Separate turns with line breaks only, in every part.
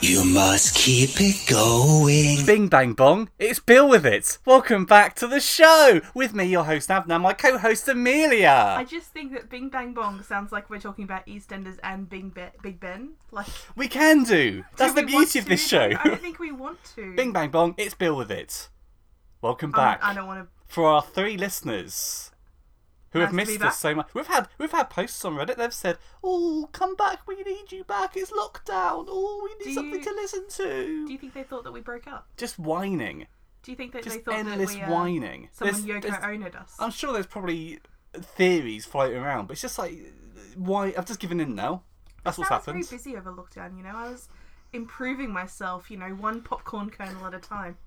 Just keep it going.
Bing bang bong, it's Bill with it. Welcome back to the show with me, your host Abner, my co-host
I
Amelia.
just think that Bing Bang Bong sounds like we're talking about EastEnders and Bing Be- Big Ben. Like, do
We can do. That's
we
the
want
beauty of
to?
this
No,
show.
I don't think we want to.
Bing bang bong, it's Bill with it. Welcome
I'm-
back
I don't want to.
for our three listeners who have
Nice to be
missed
back.
us so much. We've had we've had posts on Reddit. They've said, "Oh, come back, we need you back. It's lockdown. Oh, we need
Do
something
you-
to listen to."
Do you think they thought that we broke up?
Just whining,
Do you think that
just
they thought
endless
that we, uh,
whining.
someone
There's-
Yoko
there's-
Ono'd us?
I'm sure there's probably theories floating around, but it's just like, why? I've just given in now. That's what's
I was very
happened.
busy over lockdown. You know, I was improving myself. You know, one popcorn kernel at a time.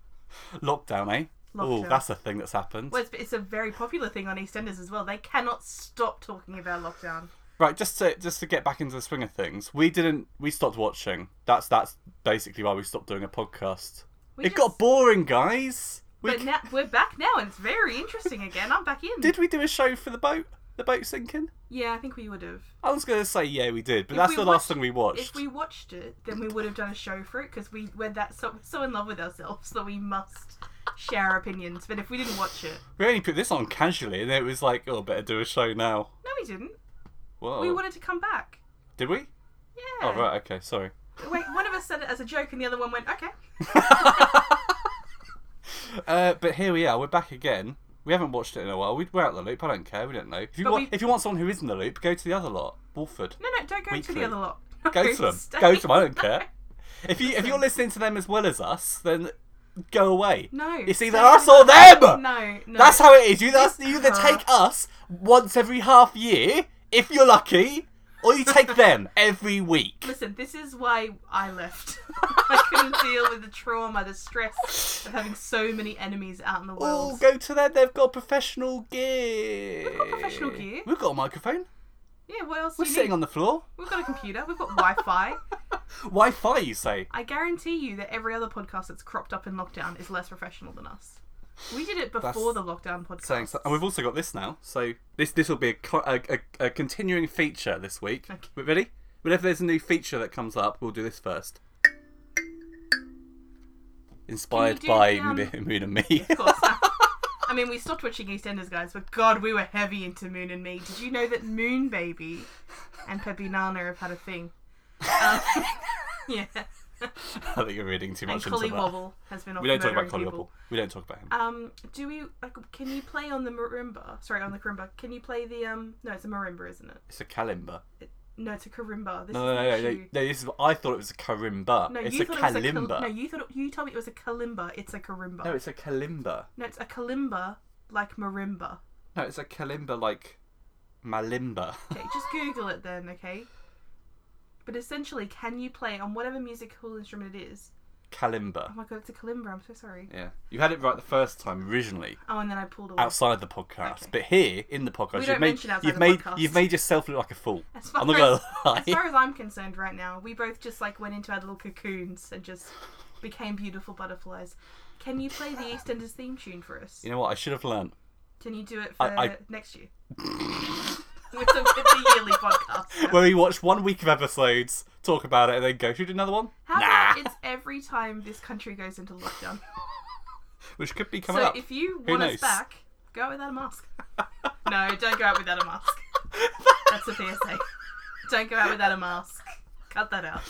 Lockdown, eh? Oh,
Lockdown.
that's a thing that's happened.
Well, it's, it's a very popular thing on EastEnders as well. They cannot stop talking about lockdown.
Right, just to just to get back into the swing of things, we didn't. We stopped watching. That's that's basically why we stopped doing a podcast.
We
it
just-
got boring, guys. We
But
c-
now we're back now, and it's very interesting again. I'm back in.
did we do a show for the boat? The boat sinking?
Yeah, I think we would have.
I was gonna say yeah, we did, but
If
that's
we
the
watched-
last thing we watched.
If we watched it, then we would have done a show for it because we were that so, so in love with ourselves that we must share our opinions. But if we didn't watch it,
We only put this on casually, and it was like, oh, better do a show now.
no, we didn't.
Whoa.
We wanted to come back.
Did we?
Yeah.
Oh right, okay, sorry.
Wait, one of us said it as a joke, and the other one went, "Okay."
Uh, but here we are. We're back again. We haven't watched it in a while. We, we're out the loop. I don't care. We don't know. If you
But
want,
we-
if you want someone who is in the loop, go to the other lot, Wolford.
No, no, don't go to
Weekly.
the other lot.
Go to them.
Stay.
Go to them. I don't care. If you if you're listening to them as well as us, then go away.
No.
It's either
stay on
us or
the-
them.
No, no. Uh-huh.
That's how it is. You that's
This
you either
car-
take us once every half year, if you're lucky, or you take them every week.
Listen, this is why I left. I couldn't deal with the trauma, the stress of having so many enemies out in the
Oh,
world.
go to them. They've got professional gear. We've
got professional gear.
We've got a microphone.
Yeah, what else?
We're
do you
sitting
need?
on the floor.
We've got a computer. We've got Wi-Fi.
Wi-Fi, you say?
I guarantee you that every other podcast that's cropped up in lockdown is less professional than us. We did it before
That's
the lockdown podcast.
Saying so. And we've also got this now. So this this will be a, co- a, a, a continuing feature this week.
Okay.
We Ready? Whenever there's a new feature that comes up, we'll do this first. Inspired
do
by
the, um,
M- Moon and me.
Of course. I mean, we stopped watching EastEnders, guys, but God, we were heavy into Moon and Me. Did you know that Moon Baby and Peppy Nana have had a thing? Um, yeah.
I think you're reading too
And
much into
Collie
that.
Wobble has been off
We don't talk about
murdering
Collie
people.
Wobble. We don't talk about him.
Um, do we like? Can you play on the marimba? Sorry, on the karimba. Can you play the um? No, it's a marimba, isn't it?
it's a kalimba.
No, it's a karimba. This
No, no,
is the
no, no,
issue.
no. This is. I thought it was a karimba.
No,
it's
you
a
thought it was a
kalimba.
kal- no, you thought it- you told me it was a kalimba. It's a karimba.
no, it's a kalimba.
No, it's a kalimba like marimba.
No, it's a kalimba like malimba.
Okay, just Google it then, okay? But essentially, can you play on whatever musical instrument it is?
kalimba.
Oh my god, it's a kalimba. I'm so sorry.
Yeah. You had it right the first time originally
Oh, and then I pulled away.
outside the podcast,
Okay.
but here in the podcast,
We
you've
don't
made
mention outside
you've
the
made
podcast.
you've made yourself look like a fool.
As far
I'm not
as-
gonna lie.
As far as I'm concerned, right now, we both just like went into our little cocoons and just became beautiful butterflies. Can you play the EastEnders theme tune for us?
you know what? I should have learned.
Can you do it for
I- I-
next year? with, the, with the yearly podcast.
Where we watch one week of episodes, talk about it, and then go should we do another one.
How
nah,
about it's every time this country goes into lockdown?
which could be
so
coming up.
if you want us
knows?
back, go out without a mask. no, don't go out without a mask. That's a PSA. Don't go out without a mask. Cut that out.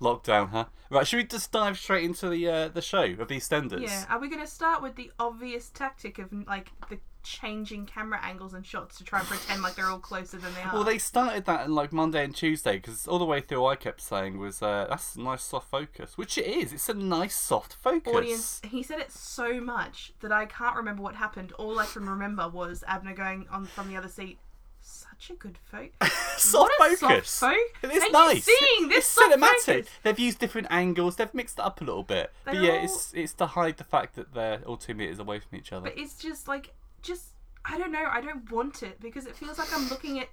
Lockdown, huh? Right, should we just dive straight into the uh, the show of EastEnders?
Yeah. Are we going to start with the obvious tactic of like the changing camera angles and shots to try and pretend like they're all closer than they are?
Well, they started that in like Monday and Tuesday because all the way through I kept saying was uh, that's a nice soft focus, which it is. It's a nice soft focus.
audience. He said it so much that I can't remember what happened. All I can remember was Abner going on from the other seat. Such a good photo.
soft
What a
focus.
soft fo-
It is
Are you
nice.
seeing this
it's
soft
cinematic.
focus?
They've used different angles. They've mixed it up a little bit. but
They're
yeah,
all-
it's it's to hide the fact that they're all two meters away from each other.
But it's just like, just I don't know. I don't want it because it feels like I'm looking at.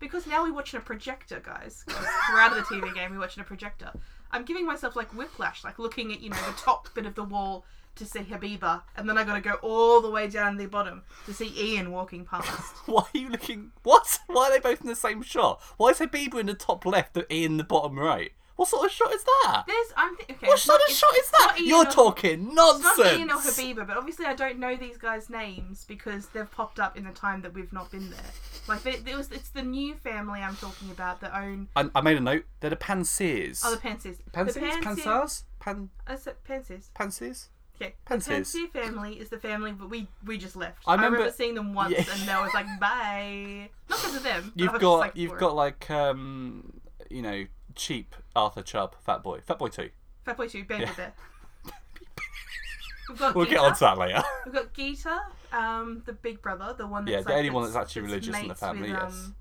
Because now we're watching a projector, guys. We're out of the TV game. We're watching a projector. I'm giving myself like whiplash, like looking at you know the top bit of the wall to see Habiba, and then I got to go all the way down the bottom to see Ian walking past.
Why are you looking? What? Why are they both in the same shot? Why is Habiba in the top left and Ian in the bottom right? What sort of shot is that?
There's I'm thi- okay.
What
it's
sort
not-
of
it's-
shot is
it's not
that?
Ian
You're
or-
talking
It's not Ian or
nonsense.
Habiba, but obviously I don't know these guys' names because they've popped up in the time that we've not been there. Like they, it was, it's the new family I'm talking about that own
I, I made a note. They're the Pansiers.
oh the Pansies.
Pansiers?
The uh, Pansiers.
Pansars? Pan
I said Pansiers.
Pansiers?
Okay.
Pansiers.
The Pansier family is the family but we we just left.
I
I remember,
remember-
seeing them once
Yeah.
and I was like bye. Not because of them. I
You've
was just
got
like,
you've
bored.
got like um you know cheap Arthur Chubb, Fat Boy, Fat Boy Two.
Fat Boy Two, Baby
Yeah.
Bear. We've got
We'll get
Geeta.
on to that later.
We've got Gita, um, the big brother, the one that's
Yeah, the
like,
only one
that's,
that's actually religious in the
mates
family,
With,
yes.
um,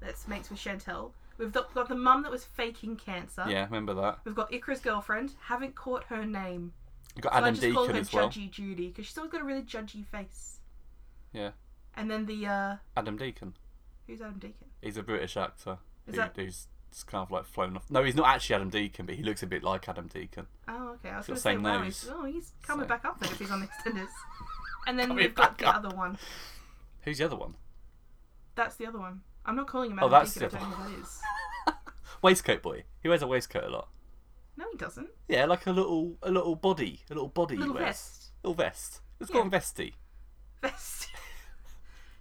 that's mates with Chantel. We've got, got the mum that was faking cancer.
Yeah, remember that.
We've got Icarus' girlfriend. Haven't caught her name.
You got
So I
Adam
just call
Deacon
her
as well.
Judgy Judy because she's always got a really judgy face.
Yeah,
And then the uh,
Adam Deacon.
who's Adam Deacon?
He's a British actor
Is
who,
that-
who's just kind of like flown off. No, he's not actually Adam Deacon, but he looks a bit like Adam Deacon.
Oh, okay. I
Got
was going to
the
say,
same
wow,
nose.
he's, oh, he's coming
So-
back up there if he's on the extenders. And then
Coming
we've got
back
the
up.
other one.
Who's the other one?
That's the other one. I'm not calling him
Oh,
Adam
that's
Deacon.
the
I
other
don't know who that is.
Waistcoat boy. He wears a waistcoat a lot.
No, he doesn't.
Yeah, like a little a little body, a little body.
Little
he wears.
vest.
Little vest. Let's
Yeah.
call him Vesty.
Best.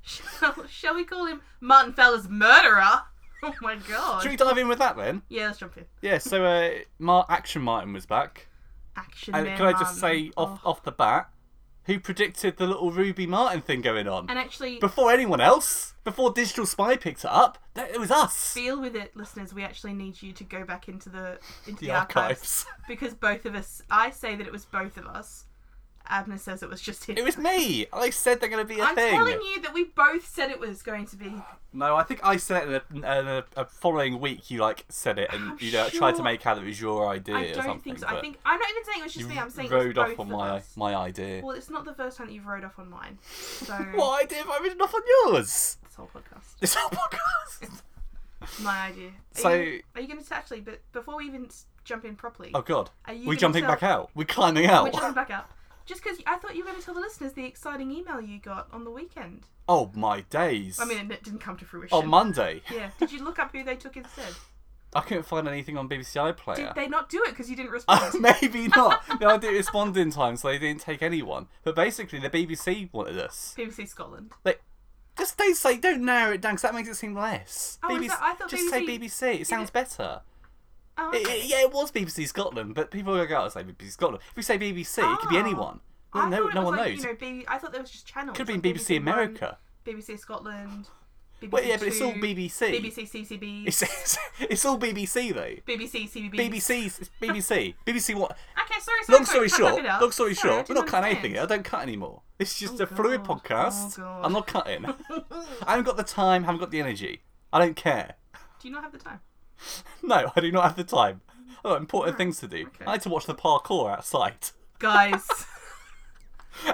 shall, shall we call him Martin Feller's murderer? Oh my god.
Should we dive in with that then?
Yeah, let's jump in.
Yeah. So, uh, Mar- Action Martin was back.
Action.
And
Man
can I just
Martin.
say off
Oh.
off the bat, who predicted the little Ruby Martin thing going on?
And actually,
before anyone else, before Digital Spy picked it up, that, it was us.
deal with it, listeners. We actually need you to go back into the into the,
The archives.
archives. because both of us. I say that it was both of us. Abner says it was just him.
It was me. I said they're going to be a
I'm
thing.
telling you that we both said it was going to be.
No, I think I said it, and a, and a, a following week you like said it, and
I'm
you know tried to
sure-
make out that it was your idea
I
or
don't
something.
think so.
but
I think I'm not even saying it was just me. I'm saying
you rode
it was both
off on
of
my
us.
my idea.
Well, it's not the first time that you've rode off on mine. So
What idea? Have I ridden off on yours.
this whole podcast.
This whole podcast.
My idea. Are
So-
you, are you going to actually? But before we even s- jump in properly,
Oh God.
Are you
We're
gonna
jumping
tell-
back out. We're climbing
we're
out.
jumping back up. Just because I thought you were going to tell the listeners the exciting email you got on the weekend.
Oh my days.
I mean, it didn't come to fruition.
on Monday,
yeah. Did you look up who they took instead?
I couldn't find anything on BBC
Did
iPlayer.
they not do it because you didn't
Uh,
respond?
Maybe not. No, I didn't respond in time, so they didn't take anyone. But basically, the BBC wanted us.
BBC Scotland.
They just they say don't narrow it down because that makes it seem less.
Oh, is that- I thought
just say
BBC
BBC. It sounds better.
Oh,
It-
okay.
it- yeah, it was BBC Scotland, but people are going to say BBC Scotland. If we say BBC, it could be
Ah.
anyone. No,
I
no,
thought it
no
was
one
like,
knows.
You know, B- I thought there was just channels.
could have
like
been BBC
One,
America.
BBC Scotland. BBC
Well, yeah, but it's all
Two,
BBC.
BBC CCB.
It's, it's, it's all BBC though.
BBC CBB.
BBC, it's BBC, BBC. What?
Okay, sorry, sorry.
Long story
sorry, cut that
short,
bit out.
long story
Sorry, I
short, we're not
didn't
cutting
understand.
anything. I don't cut anymore. This is just
Oh,
a fluid
God.
podcast.
Oh, God.
I'm not cutting. I haven't got the time. Haven't got the energy. I don't care.
Do you not have the time?
No, I do not have the time. I've got important things to do.
okay.
I need to watch the parkour outside.
Guys,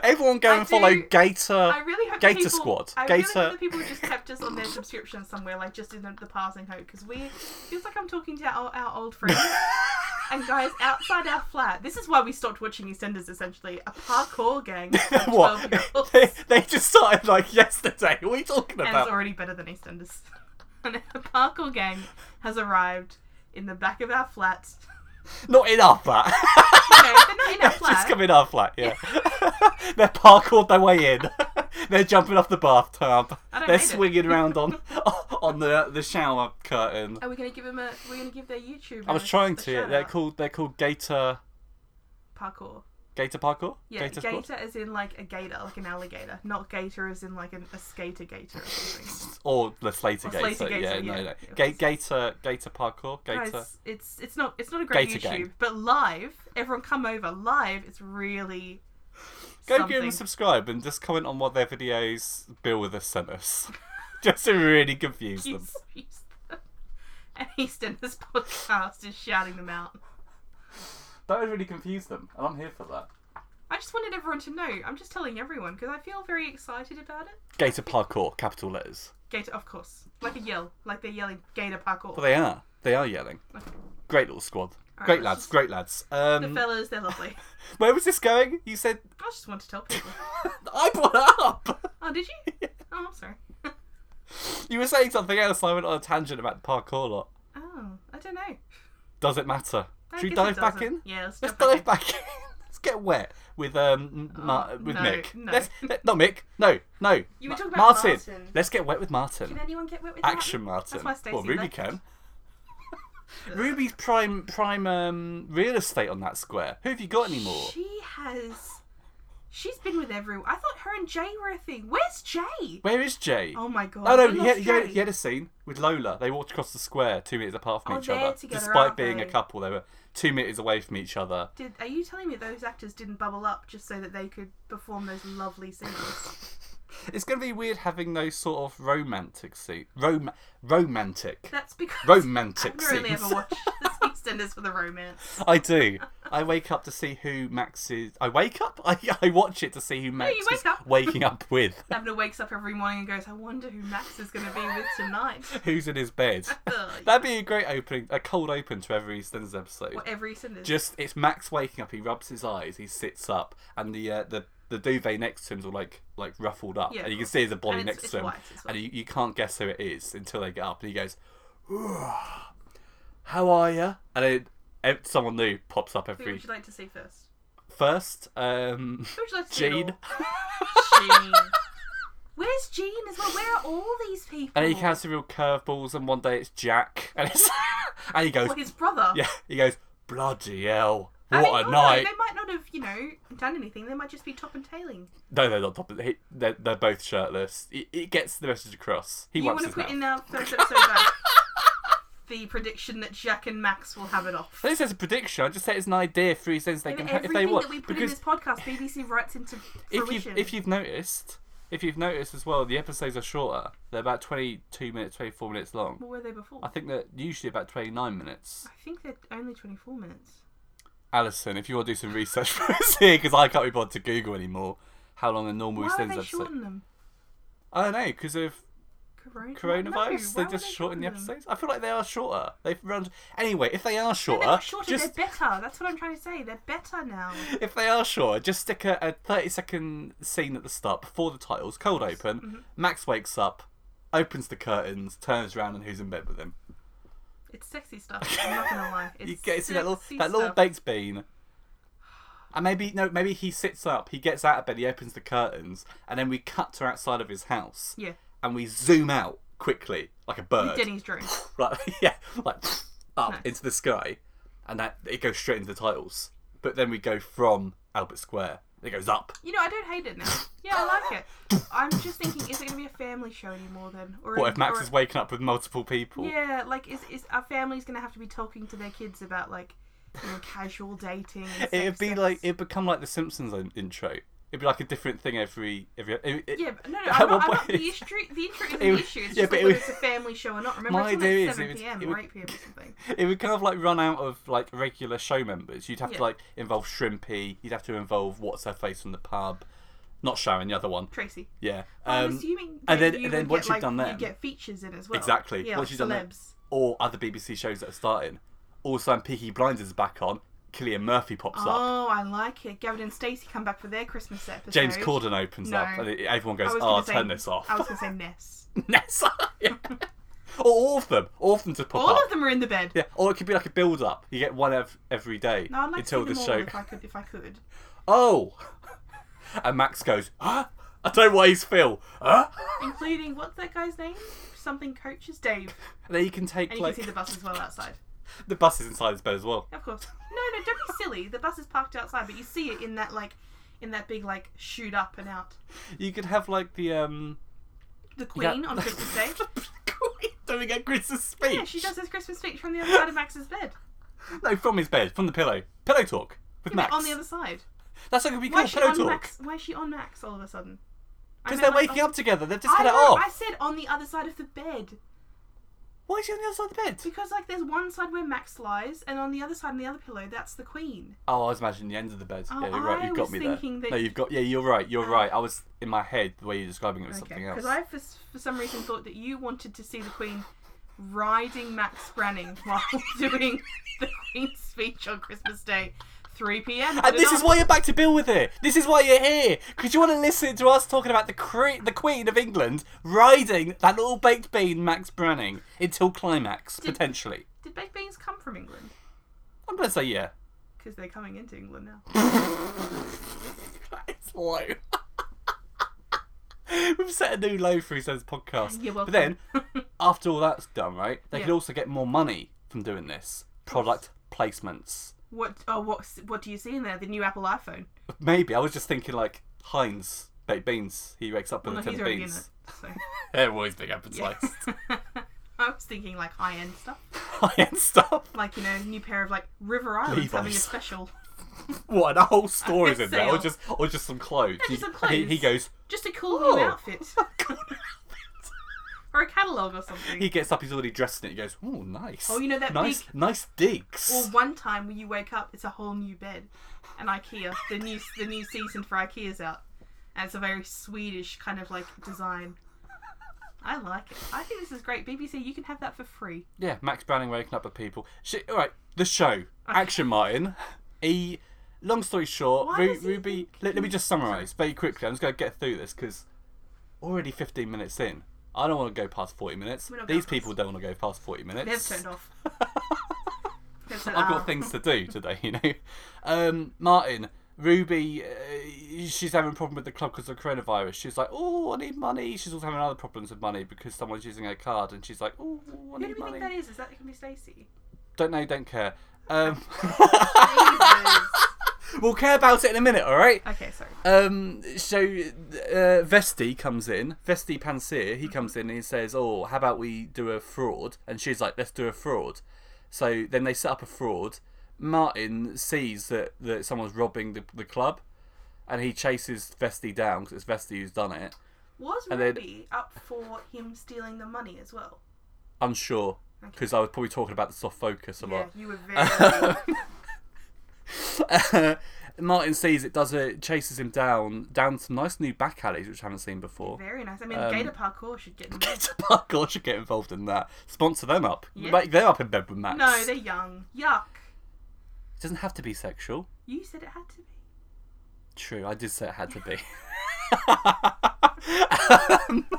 Everyone go
I
and follow
do-
Gator.
I really hope
Gator
people,
Squad.
I really
Gator-
hope that people just kept us on their subscription somewhere, like just in the, the passing hope, because we feels like I'm talking to our, our old friends. and guys, outside our flat, this is why we stopped watching EastEnders. Essentially, a parkour gang. of 12
what?
year olds.
they, they just started like yesterday. What are you talking
and it's
about?
already better than EastEnders. and a parkour gang has arrived in the back of our flat.
Not in our flat.
No, they're not in our flat.
just come in our flat, yeah. They're parkoured their way in. They're jumping off the bathtub.
I don't
They're
hate it.
swinging around on on the the shower curtain.
Are we gonna give them a? We're gonna give their YouTube.
I was
a-
trying
a
to.
shout
They're
out?
called they're called Gator
parkour.
Gator Parkour.
Yeah,
Gator
gator,
Squad?
as in like a gator, like an alligator, not gator as in like an, a skater gator or something.
or the Slater
Or
Gator.
Slater
yeah,
Gator,
no,
yeah.
no.
Yeah.
Ga- Gator Gator Parkour. Gator.
Guys, it's it's not it's not a great
Gator
YouTube,
gang. Um,
Oh, Oh,
Does it matter?
I
Should we
guess it
dive back
doesn't.
in?
Yeah, let's,
Let's
jump back
dive back in. Let's get wet with um Ma-
Oh,
with
no,
Mick.
no.
Let's, let- not Mick. No, no.
You were
Ma-
talking about Martin.
Let's get wet with Martin.
in. Can anyone get wet with
Action Martin.
Martin? That's my Stacey
Well, Ruby
left.
can. Ruby's prime prime um, real estate on that square. Who have you got anymore?
She has. She's been with everyone. I thought her and Jay were a thing. Where's Jay?
Where is Jay?
Oh my god.
Oh no,
we
he
lost
had, he, had,
Jay.
he had a scene with Lola. They walked across the square two metres apart from
Oh,
each
they're
other.
together,
Despite
aren't
being a
they?
couple, they were two metres away from each other.
Did, are you telling me those actors didn't bubble up just so that they could perform those lovely scenes?
It's going to be weird having those sort of romantic scenes. Rom- romantic.
That's because
Romantic
I've really
scenes.
ever watched the extenders for the romance.
I do. I wake up to see who Max is. I wake up? I, I watch it to see who Max
you
is
wake up.
waking up with.
Abner wakes up every morning and goes, "I wonder who Max is going to be with tonight."
Who's in his bed?
Ugh.
That'd be a great opening, a cold open to every Easterners episode.
What every extenders?
Just it's Max waking up. He rubs his eyes. He sits up, and the uh, the the duvet next to him's all like like ruffled up,
Yeah,
and
of
you can
course.
see there's a body
And it's-
next
it's
to him,
white, it's
and
white.
you, you can't guess who it is until they get up. And he goes, "Ugh, "How are you?" And then ev- someone new pops up
who
every
would you like to see first?
first. Um,
Who would you like to see? at
Jade,
all? Jean. Where's Jean as well? Where are all these people?
and he has some real curveballs, and one day it's Jack, and it's and he goes,
Or his brother.
"Yeah," he goes, "Bloody hell."
I mean,
What a
although
night!
They might not have, you know, done anything. They might just be top and tailing.
No, they're not top. of the- he- They're, they're both shirtless. It, it gets the message across. He
You
wipes
want to
his
put
mouth.
in our first episode back the prediction that Jack and Max will have it off.
I think it's a prediction. I just say it's an idea. Three cents they can ha- if
everything
they want.
that we put in
Because
this podcast, BBC writes into
if you
fruition.
if you've noticed, if you've noticed as well, the episodes are shorter. They're about twenty two minutes, twenty four minutes long.
what were they before?
I think they're usually about twenty nine minutes.
I think they're only 24 minutes.
Alison, if you want to do some research for us here, because I can't be bothered to Google anymore. How long a normal
Why are
Eastenders
they
episode?
shorten them?
I don't know because of
Corona-
coronavirus.
No,
they just
why would
shorten the
them?
episodes. I feel like they are shorter. They've run anyway. If they are
No,
shorter,
they're not shorter.
just
They're better. That's what I'm trying to say. They're better now.
if they are sure, just stick a, a 30 second scene at the start before the titles, cold open.
Mm-hmm.
Max wakes up, opens the curtains, turns around, and who's in bed with him?
It's sexy stuff. I'm not gonna lie. It's
you get to see that little,
sexy
that little
stuff.
baked bean. And maybe no, maybe he sits up, he gets out of bed, he opens the curtains, and then we cut to outside of his house,
Yeah.
and we zoom out quickly like a bird,
Denny's drone.
like yeah, like up
Nice.
into the sky, and that it goes straight into the titles. But then we go from Albert Square, it goes up,
You know, I don't hate it now. Yeah, I like it. I'm just thinking, is it gonna be a family show anymore then? Or
What if Max
or-
is waking up with multiple people?
Yeah, like is is our family's gonna have to be talking to their kids about like you know, casual dating? and
It'd
sex
be
sets?
like it'd become like the Simpsons in- intro. It'd be like a different thing every every. It, it-
Yeah, but no, no,
At one
I'm not, I'm not,
point-
the, intro, the intro isn't
It
the
would-
issue. It's
yeah,
just
but it
like whether
would-
it's a family show or not. Remember,
My
it's on
idea
like
is it
7
would-
p.m.
it
or
would-
8 p.m. or something.
it would kind of like run out of like regular show members. You'd have
Yeah.
to like involve Shrimpy. You'd have to involve what's her face from the pub, not Sharon, the other one.
Tracy.
Yeah.
I'm
Um,
assuming
and
that
then-
you
and then
would
once
get,
you've
like,
done
you
them-
get features in as well.
Exactly.
Yeah,
Once
like
you've done them-
celebs.
or other BBC shows that are starting. Also, and Peaky Blinders is back on. Killian Murphy pops up.
Oh, I like it. Gavin and Stacey come back for their Christmas episode.
James Corden opens
No.
up, and it- everyone
I
goes,
was
"Ah,
gonna
oh,
say-
turn this off."
I was going to say Ness.
Nessa. Yeah. or all of them. All of them to pop
All
up.
of them are in the bed.
Yeah, or it could be like a build up. You get one ev- every day
No, I'd like
until
to
the
see them
show.
all if I could. If I could.
Oh! And Max goes, huh? I don't know why he's Phil. Huh?
Including, what's that guy's name? Something coaches Dave.
And then you can take
And you
like
can see the bus as well outside.
the buses inside his bed as well.
Of course. No, no, don't be silly. The bus is parked outside, but you see it in that like in that big like shoot up and out.
You could have like the um.
The
you got-
Queen on Christmas Day.
Queen doing a Christmas speech.
Yeah, she does this Christmas speech from the other side of Max's bed.
No, from his bed, from the pillow, pillow talk with
Yeah,
Max.
but on the other side.
That's what could be
Why
called
is she
pillow
on
talk
Max? Why is she on Max all of a sudden? I
because
meant,
they're
like,
waking
on-
up together. They've just
I
had it
know,
off.
I said on the other side of the bed
Why is she on the other side of the bed?
because like there's one side where Max lies, and on the other side, on the other pillow, that's the Queen.
Oh, I was imagining the end of the bed.
Oh,
yeah, you're right.
I
You've got
was
me
thinking
there.
that-
No, you've got. Yeah, you're right. You're
Oh.
right. I was in my head the way you're describing it was
Okay,
something else.
Because I, for, for some reason, thought that you wanted to see the Queen riding Max Branning while doing the Queen's speech on Christmas Day, 3 p.m.
And this
Did
is
I-
why you're back to Bill with it. This is why you're here because you want to listen to us talking about the cre- the Queen of England riding that little baked bean, Max Branning, until climax potentially.
Did baked beans come from England?
I'm gonna say yeah.
because they're coming into England now.
It's low. We've set a new low for his podcast.
You're
but
welcome.
then, after all that's done, right, they could
Yeah.
also get more money from doing this product placements.
What? Oh, what? What do you see in there? The new Apple iPhone.
Maybe I was just thinking like Heinz baked beans. He wakes up with
Well, no,
a tin
he's
of
already in
beans.
it. So.
They're always big appetites.
I was thinking like high end stuff,
High end stuff.
like you know, new pair of like River Islands having a
Levi's.
special,
What? The whole store's in there, or
Sale.
just or just some clothes.
just
He-
some
He, he
clothes.
goes.
just a cool
Oh.
new outfit or a catalog or something.
He gets up. He's already dressed in it. He goes. Oh, nice.
Oh, you know that
nice,
big-
nice digs.
Or one time when you wake up, it's a whole new bed, and IKEA. The new the new season for IKEA's out, and it's a very Swedish kind of like design. I like it. I think this is great. BBC, you can have that for free.
Yeah, Max Browning waking up with people. She, all right, the show. Action Martin. E. Long story short,
Why
Ru-
does he
Ruby.
think-
Let, let me just summarise very quickly. I'm just going to get through this because already 15 minutes in. I don't want to go past 40 minutes.
We're not
These
going
people don't want to go past 40 minutes.
They've turned off. They've said,
I've
"Ah."
got things to do today, you know. Um, Martin, Ruby, uh, she's having a problem with the club because of coronavirus. She's like, oh, I need money. She's also having other problems with money because someone's using her card, and she's like, oh, I
Who do
need
we
money.
think that is? Is that going to be Stacey?
Don't know, don't care. Um,
Jesus.
we'll care about it in a minute, all right?
okay, sorry.
Um, so uh, Vesti comes in, Vesti Panseer, he comes in and he says, "Oh, how about we do a fraud?" And she's like, "Let's do a fraud." So then they set up a fraud. Martin sees that that someone's robbing the, the club, and he chases Vesti down because it's Vesti who's done it.
Was
And then-
Ruby up for him stealing the money as well?
Unsure, because I was probably talking about the soft focus a
Yeah,
lot.
you were very.
Martin sees it, does it, chases him down down some nice new back alleys which I haven't seen before.
Very nice. I mean,
Um,
Gator Parkour should get. involved.
Gator Parkour should get involved in that. Sponsor them up.
Yeah.
Make them up in bed with Max.
No, they're young. Yuck.
It doesn't have to be sexual.
You said it had to be.
True, I did say it had to be.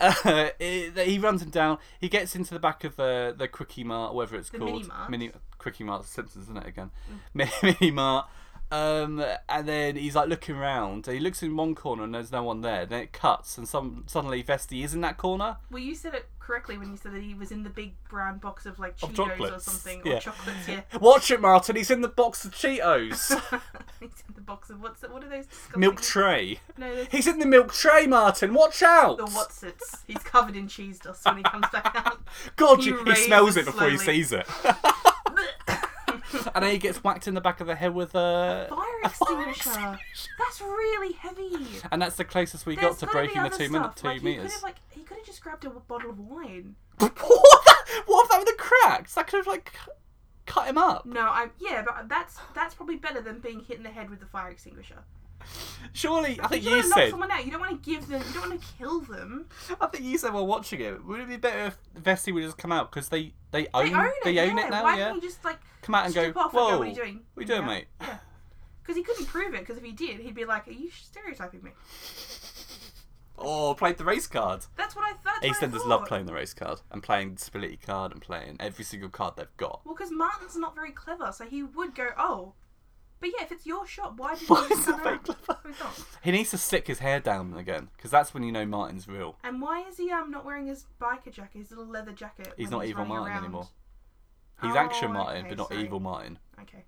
Uh, it- he runs him down. He gets into the back of uh, the the quickie mart, whatever it's called.
mini mart. Mm.
quickie mart Simpsons, isn't it again? Mini mini mart. Um, and then he's like looking round. He looks in one corner and there's no one there. Then it cuts and some suddenly Vesti is in that corner.
Well, you said it correctly when you said that he was in the big brown box of like
Of
Cheetos or
chocolates,
something,
yeah.
or chocolates. Yeah,
Watch it, Martin. He's in the box of Cheetos.
he's in the box of what's it? What are those? Disgusting...
milk tray.
No, those-
He's in the milk tray, Martin. Watch out.
the what's it's. He's covered in cheese dust when he comes back out.
God,
He
you- he
raises
smells it before he
slowly.
sees it. and then he gets whacked in the back of the head with uh, a.
Fire extinguisher. That's really heavy.
And that's the closest we
There's
got to
gotta be
breaking the
other
two, minute,
stuff.
two
like, He could
meters.
have like he could have just grabbed a w- bottle of wine.
what? the- What if that with the cracks? That could have like cu- cut him up.
No, I yeah, but that's that's probably better than being hit in the head with the fire extinguisher.
Surely, I think you
you don't want to knock
said.
someone out. You don't want to give them. You don't want to kill them.
I think you said while watching it. Would it be better if Vesty would just come out because they they own
They own it.
they own
yeah.
it now?
Why
yeah.
didn't he just like
come out and go.
strip off
Whoa,
and go? What are you doing?
What you doing,
Yeah.
mate?
Yeah. Because he couldn't prove it. Because if he did, he'd be like, "Are you stereotyping me?"
Oh, played the race card.
That's what I thought. that's what I
EastEnders
thought.
love playing the race card and playing disability card and playing every single card they've got.
Well, because Martin's not very clever, so he would go, "Oh." But yeah, if it's your shot, why did
Why
you
is
just
he
come
very
out?
clever?
He's not.
He needs to stick his hair down again because that's when you know Martin's real.
And why is he um not wearing his biker jacket, his little leather jacket?
He's
when
not
he's
evil
running
Martin
around?
anymore. He's
Oh,
action Martin,
okay,
but not
sorry.
evil Martin.
Okay.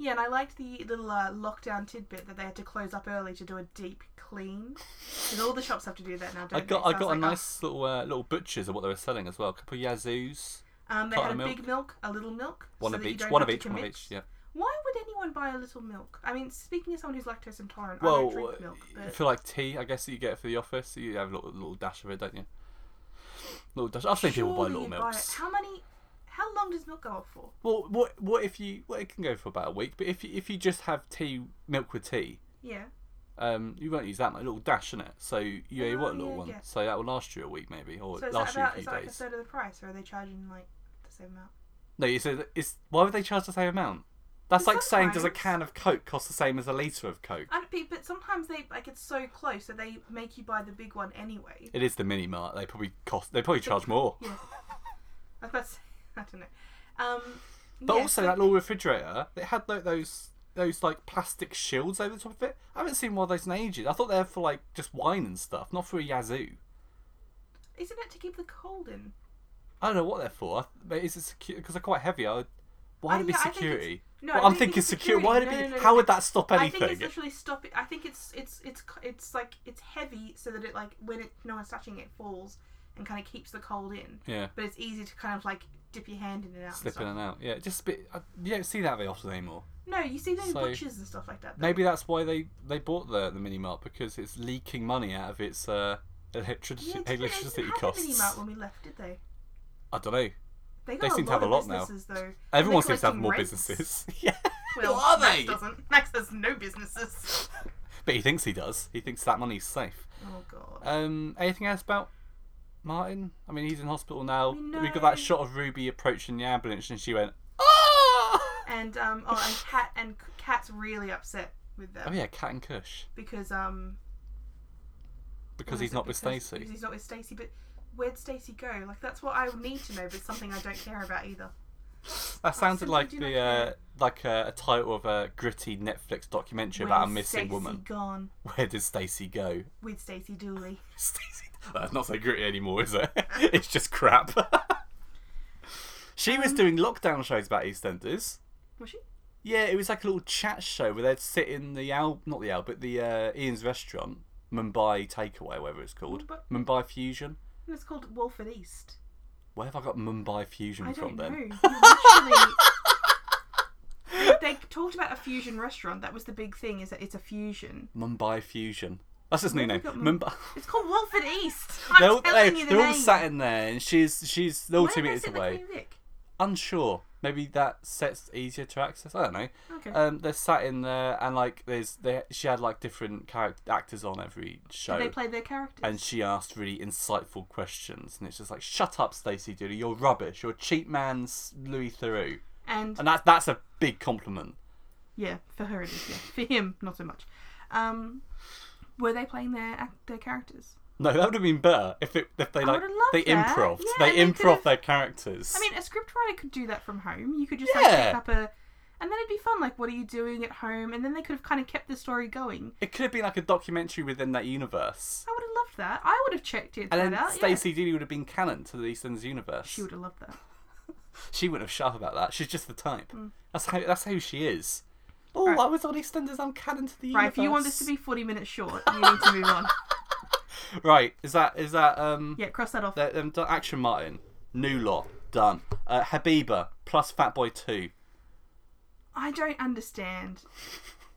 Yeah, and I liked the little uh, lockdown tidbit that they had to close up early to do a deep clean. Because all the shops have to do that now, don't
I got
they?
I
So
got a
was like,
nice little uh, little butchers of what they were selling as well. A couple of Yazoo's,
oh. Um, they
carton
had a
of milk.
big milk, a little milk.
one
so
of
that you
each,
don't
one
have
of
to
each, one of
commit.
each. Yeah.
Why would anyone buy a little milk? I mean, speaking as someone who's lactose intolerant, I
Well, uh,
don't drink milk, but
for like tea, I guess that you get for the office, you have a little, little dash of it, don't you? Little dash. I've seen people buy
surely
little
you
milks.
it. How many? How long does milk go on for?
Well, what what if you? Well, it can go for about a week, but if you, if you just have tea, milk with tea,
Yeah.
um, you won't use that much. A little dash in it, so you, yeah, you
Oh,
want a little
yeah,
one,
yeah.
so that will last you a week maybe, or
So is that
last you a
about
few
is that like a
days.
third of the price, or are they charging like the same amount?
no, you said it's why would they charge the same amount? That's
But
like saying does a
sometimes-
can of Coke cost the same as a liter of Coke?
And pe- but sometimes they like it's so close that they make you buy the big one anyway.
It is the mini mart. They probably cost. They probably charge more.
Yeah. I was about to say, I don't know. Um,
But
Yeah,
also
so-
that little refrigerator, it had like those those like plastic shields over the top of it. I haven't seen one of those in ages. I thought they were for like just wine and stuff, not for a yazoo.
Isn't it to keep the cold in?
I don't know what they're for. I- But is it secure? Because they're quite heavy. I would, why
I-
would it be
yeah, I think it's-
security?
Um, no,
well,
I
I'm
don't think
thinking
it's
security.
security.
Why would it
No,
be?
no, no,
how
no.
would that stop
I think it's
anything?
literally stopping. I think it's it's it's c- it's like it's heavy so that it like when it no one's touching it falls and kind of keeps the cold in.
Yeah,
But it's easy to kind of like dip your hand in and out. and
slip in
stuff.
and out. Yeah, just a bit. I, you don't see that very often anymore.
No, you see them in
So-
butchers and stuff like that. though.
Maybe that's why they they bought the the mini mart because it's leaking money out of its uh,
Yeah,
electricity
didn't they- they
electricity
didn't have a mini
costs.
mart when we left, did they?
I don't know.
They, got
They
a
seem to
lot
have a
of
lot now.
businesses, Though.
Everyone
They're
seems to have
collecting
more
rents.
businesses. yeah.
Well,
Who are
Max
they?
doesn't. Max has no businesses.
But he thinks he does. He thinks that money's safe.
Oh god.
Um, anything else about Martin? I mean, he's in hospital now.
No.
We got that shot of Ruby approaching the ambulance, and she went, "Oh!"
and um, oh, and Cat and Cat's really upset with them
Oh yeah, Cat and Kush,
because um,
because
Or is
he's
it
not with
because-
Stacy.
because He's not with Stacy, but where'd Stacy go? Like that's what I need to know, but it's something I don't care about either.
That sounded
simply
like
do not
the
care.
uh, like a, a title of a gritty Netflix documentary
Where's
about a missing
Stacey
woman.
gone
Where did Stacy go?
with Stacy Dooley.
Stacey. That's not so gritty anymore, is it? it's just crap. she
Um,
was doing lockdown shows about EastEnders.
Was she?
Yeah, it was like a little chat show where they'd sit in the Al, not the Al, but the uh, Ian's restaurant, Mumbai Takeaway, whatever it's called,
Mumbai-
Mumbai Fusion.
And it's called Wolford East.
Where have I got Mumbai Fusion
I
from
don't know.
then?
You Literally. They talked about a fusion restaurant. That was the big thing. Is that it's a fusion.
Mumbai Fusion. That's his new
have
name.
we got Mum-
Mumbai.
It's called Wolford East. I'm
They're all,
telling
they-
you the
they're all
name.
sat in there, and she's she's they're all
Why
two
did I
meters
sit
away.
next to Nick?
unsure. Maybe that set's easier to access. I don't know.
Okay.
Um, they're sat in there, and like there's they, she had like different character actors on every show,
Did they play their characters?
and she asked really insightful questions, and it's just like, shut up, Stacey Dooley, you're rubbish. You're a cheap man's Louis Theroux,
And
and that's that's a big compliment.
yeah, for her it is. Yeah, for him not so much. Um, were they playing their ac- their characters?
No, that would have been better if it if they like
would've
they
loved that.
improv
Yeah,
they,
and
improv
they could've-
their characters.
I mean, a scriptwriter could do that from home. You could just
Yeah.
like pick up a, and then it'd be fun. Like, what are you doing at home? And then they could have kind of kept the story going.
it could have been like a documentary within that universe,
I would have loved that. I would have checked it
and
that
then
out.
Stacey Dooley would have been canon to the EastEnders universe.
yeah. she would have loved that.
She wouldn't have shut up about that. She's just the type. That's how that's how she is. Oh,
Mm. Right.
I was on EastEnders. I'm canon to the
Right,
universe.
if you want this to be forty minutes short, you need to move on.
right, is that is that um
Yeah, cross that off.
that, um, done- action Martin new law done uh, Habiba plus Fatboy two.
I don't understand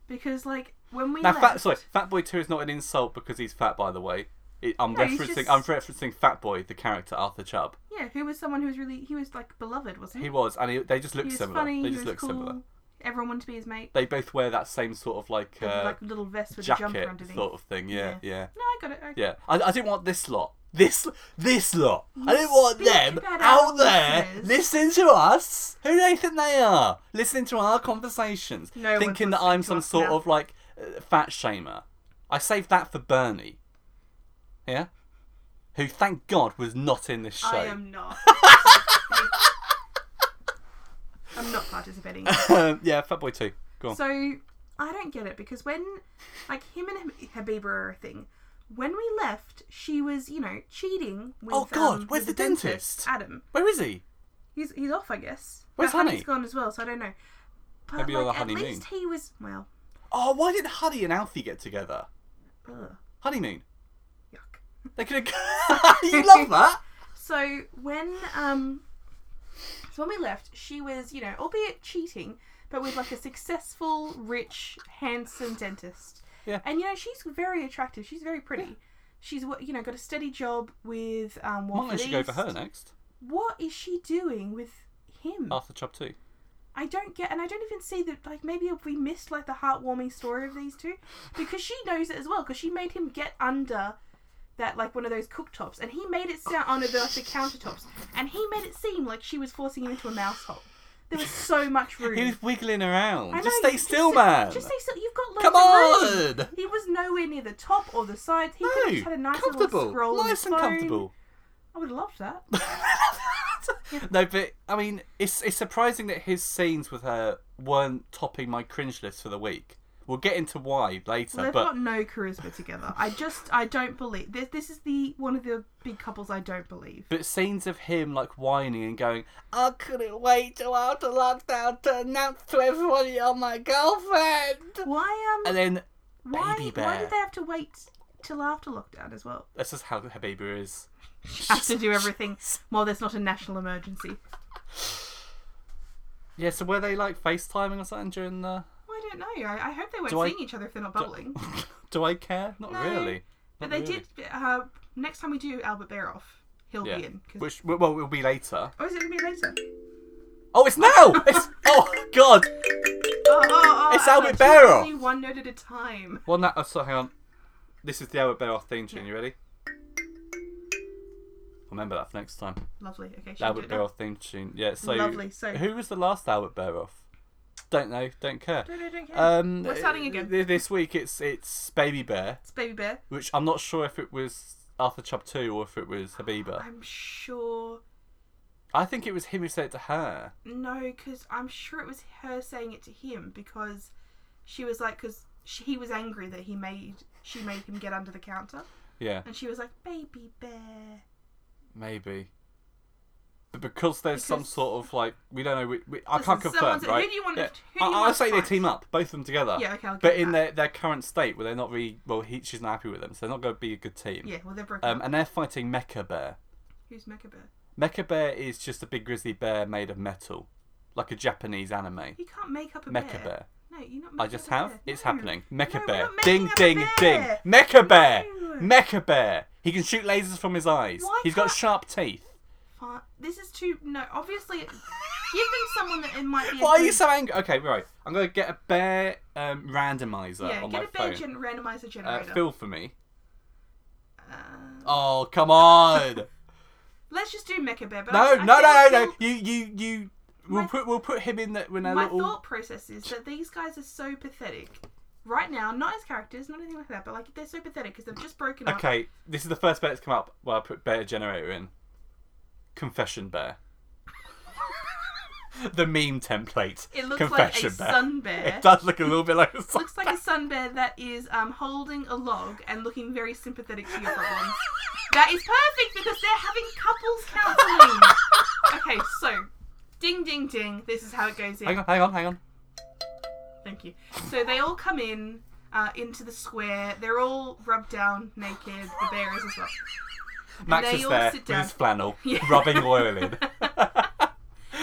because like when we
Now,
left,
fat, sorry, Fatboy two is not an insult because he's fat. By the way, it, I'm
No, he's
referencing
just-
I'm referencing Fatboy, the character Arthur Chubb.
yeah, who was someone who was really he was like beloved, wasn't
He
he?
was, and he, they just look
He was
similar.
funny.
they
he
just
was
look
cool.
similar.
Everyone wanted to be his mate.
They both wear that same sort of like
Had,
uh,
like a little vest with a
jacket
jumper underneath.
sort of thing. yeah.
Yeah.
yeah.
No, I got it. I-
Yeah, I, I didn't want this lot. This this lot. I didn't want
speak
them
about
out
our
there
listeners.
listening to us. Who do they think they are? Listening to our conversations,
No one's
thinking that I'm
listening to
some
us
sort
now.
of like uh, fat shamer. I saved that for Bernie. Yeah, who thank God was not in this show.
I am not. I'm not participating.
Um, yeah, Fat Boy Two. Go on.
So I don't get it because when, like him and Hab- Habiba are a thing. When we left, she was you know cheating. With,
Oh, God,
um,
where's
with
the dentist?
Adam.
Where is he?
He's he's off, I guess.
Where's
But
Honey?
Honey's gone as well, so I don't know. But
Maybe on
like,
the
at
honeymoon.
least he was well.
Oh, why didn't Honey and Alfie get together?
Ugh,
Honeymoon.
yuck.
They could have. you love that.
So when um so when we left, she was, you know, albeit cheating, but with like a successful, rich, handsome dentist.
Yeah.
And you know, she's very attractive. She's very pretty. She's what you know, got a steady job with um
Martin
Watford
should go for
East.
her next.
What is she doing with him?
Arthur Chubb too.
I don't get, and I don't even see that. Like maybe we missed like the heartwarming story of these two, because she knows it as well. Because she made him get under that like one of those cooktops, and he made it sound under the, like, the countertops, and he made it seem like she was forcing him into a mouse hole. There was so much room.
He was wiggling around.
I know,
just stay
you-
still,
sit-
man.
Just stay still. You've got loads
Come
of room.
on.
He was nowhere near the top or the sides. He could have just had a nice little
comfortable,
scroll. on
nice
his
and
phone.
comfortable.
I would have loved that.
No, but I mean, it's it's surprising that his scenes with her weren't topping my cringe list for the week. We'll get into why later,
They've
but
got no charisma together. I just I don't believe this. This is the one of the big couples I don't believe.
but scenes of him like whining and going, "I couldn't wait till after lockdown to announce to everybody on my girlfriend,"
Why um
and then
why
Baby
why
Bear.
did they have to wait till after lockdown as well?
that's just how Habiba is.
Have to do everything while there's not a national emergency.
Yeah, so were they like FaceTiming or something during the?
Well, I don't know. I, I hope they weren't
Do I-
seeing each other if they're not bubbling.
Do I care? Not
No,
really.
but
Not
they
really.
did. Uh, next time we do Albert Bear off, he'll
Yeah.
be in. 'cause-
Which well, it'll be later.
oh, is it gonna be later?
Oh, it's now! It's oh god!
Oh, oh, oh,
It's
I- I
Albert
just
Bear
only
off.
One note at a time.
Well, that. Oh, sorry, hang on. This is the Albert Bear off theme tune. You ready? Remember that for next time.
Lovely. Okay. should
The
we do
Albert
it now?
Bear off theme tune. Yeah. So
Lovely, so-
who was the last Albert Bear off? Don't know. Don't care.
No, no, don't care.
Um,
We're starting again.
th- This week it's it's Baby Bear,
it's Baby Bear.
which I'm not sure if it was Arthur Chubb two or if it was Habiba.
I'm sure.
I think it was him who said it to her.
No, because I'm sure it was her saying it to him because she was like, because he was angry that he made she made him get under the counter,
Yeah,
and she was like, "Baby bear."
maybe. But because there's some
Because-
sort of like we don't know. We, we, I
Listen,
can't confirm,
someone's- who
right?
do you want-
Yeah.
who do you
I,
want
I'll say they
fight?
team up, both of them together.
Yeah, okay, I'll give
But
you
in
that.
their, their current state, where they're not really well, he, she's not happy with them, so they're not going to be a good team.
Yeah, well they're broken.
Um,
up.
and they're fighting Mecha Bear.
Who's Mecha Bear?
Mecha Bear is just a big grizzly bear made of metal, like a Japanese anime.
You can't make up a
Mecha
bear.
Bear.
No, you're not.
I
making
just
up a
have.
bear.
It's
No.
happening. Mecha
No, we're
Bear.
not making
Ding,
up a
ding, ding.
bear.
Mecha Bear.
No.
Mecha Bear. He can shoot lasers from his eyes.
Why
He's got
can't-
sharp teeth.
Fi- This is too. No, obviously, give them someone that it might be. a
Why are you
good-
so angry? Okay, right. I'm gonna get a bear um, randomizer
Yeah,
on
get
my
a bear
phone.
gen- randomizer
uh,
generator.
Phil for me.
Uh,
Oh come on!
let's just do Mecha Bear. But
no,
I,
no,
I
no, no,
feel-
no. You, you, you. We'll
My-
put we'll put him in that when a
my
little.
thought process is that these guys are so pathetic right now not as characters not anything like that but like they're so pathetic because they've just broken up
Okay, this is the first bear that's come up where I put bear generator in. Confession bear. the meme template.
it looks
Confession
like a
bear.
sun bear
It does look a little bit like a sun.
looks like a sun bear that is um, holding a log and looking very sympathetic to your problems that is perfect because they're having couples counseling okay so ding ding ding this is how it goes in
Hang on, hang on, hang on.
Thank you. So they all come in uh, into the square. They're all rubbed down, naked. The bear is as well.
Max
they
is
all
there
sit
with
down.
his flannel,
Yeah.
rubbing oil in.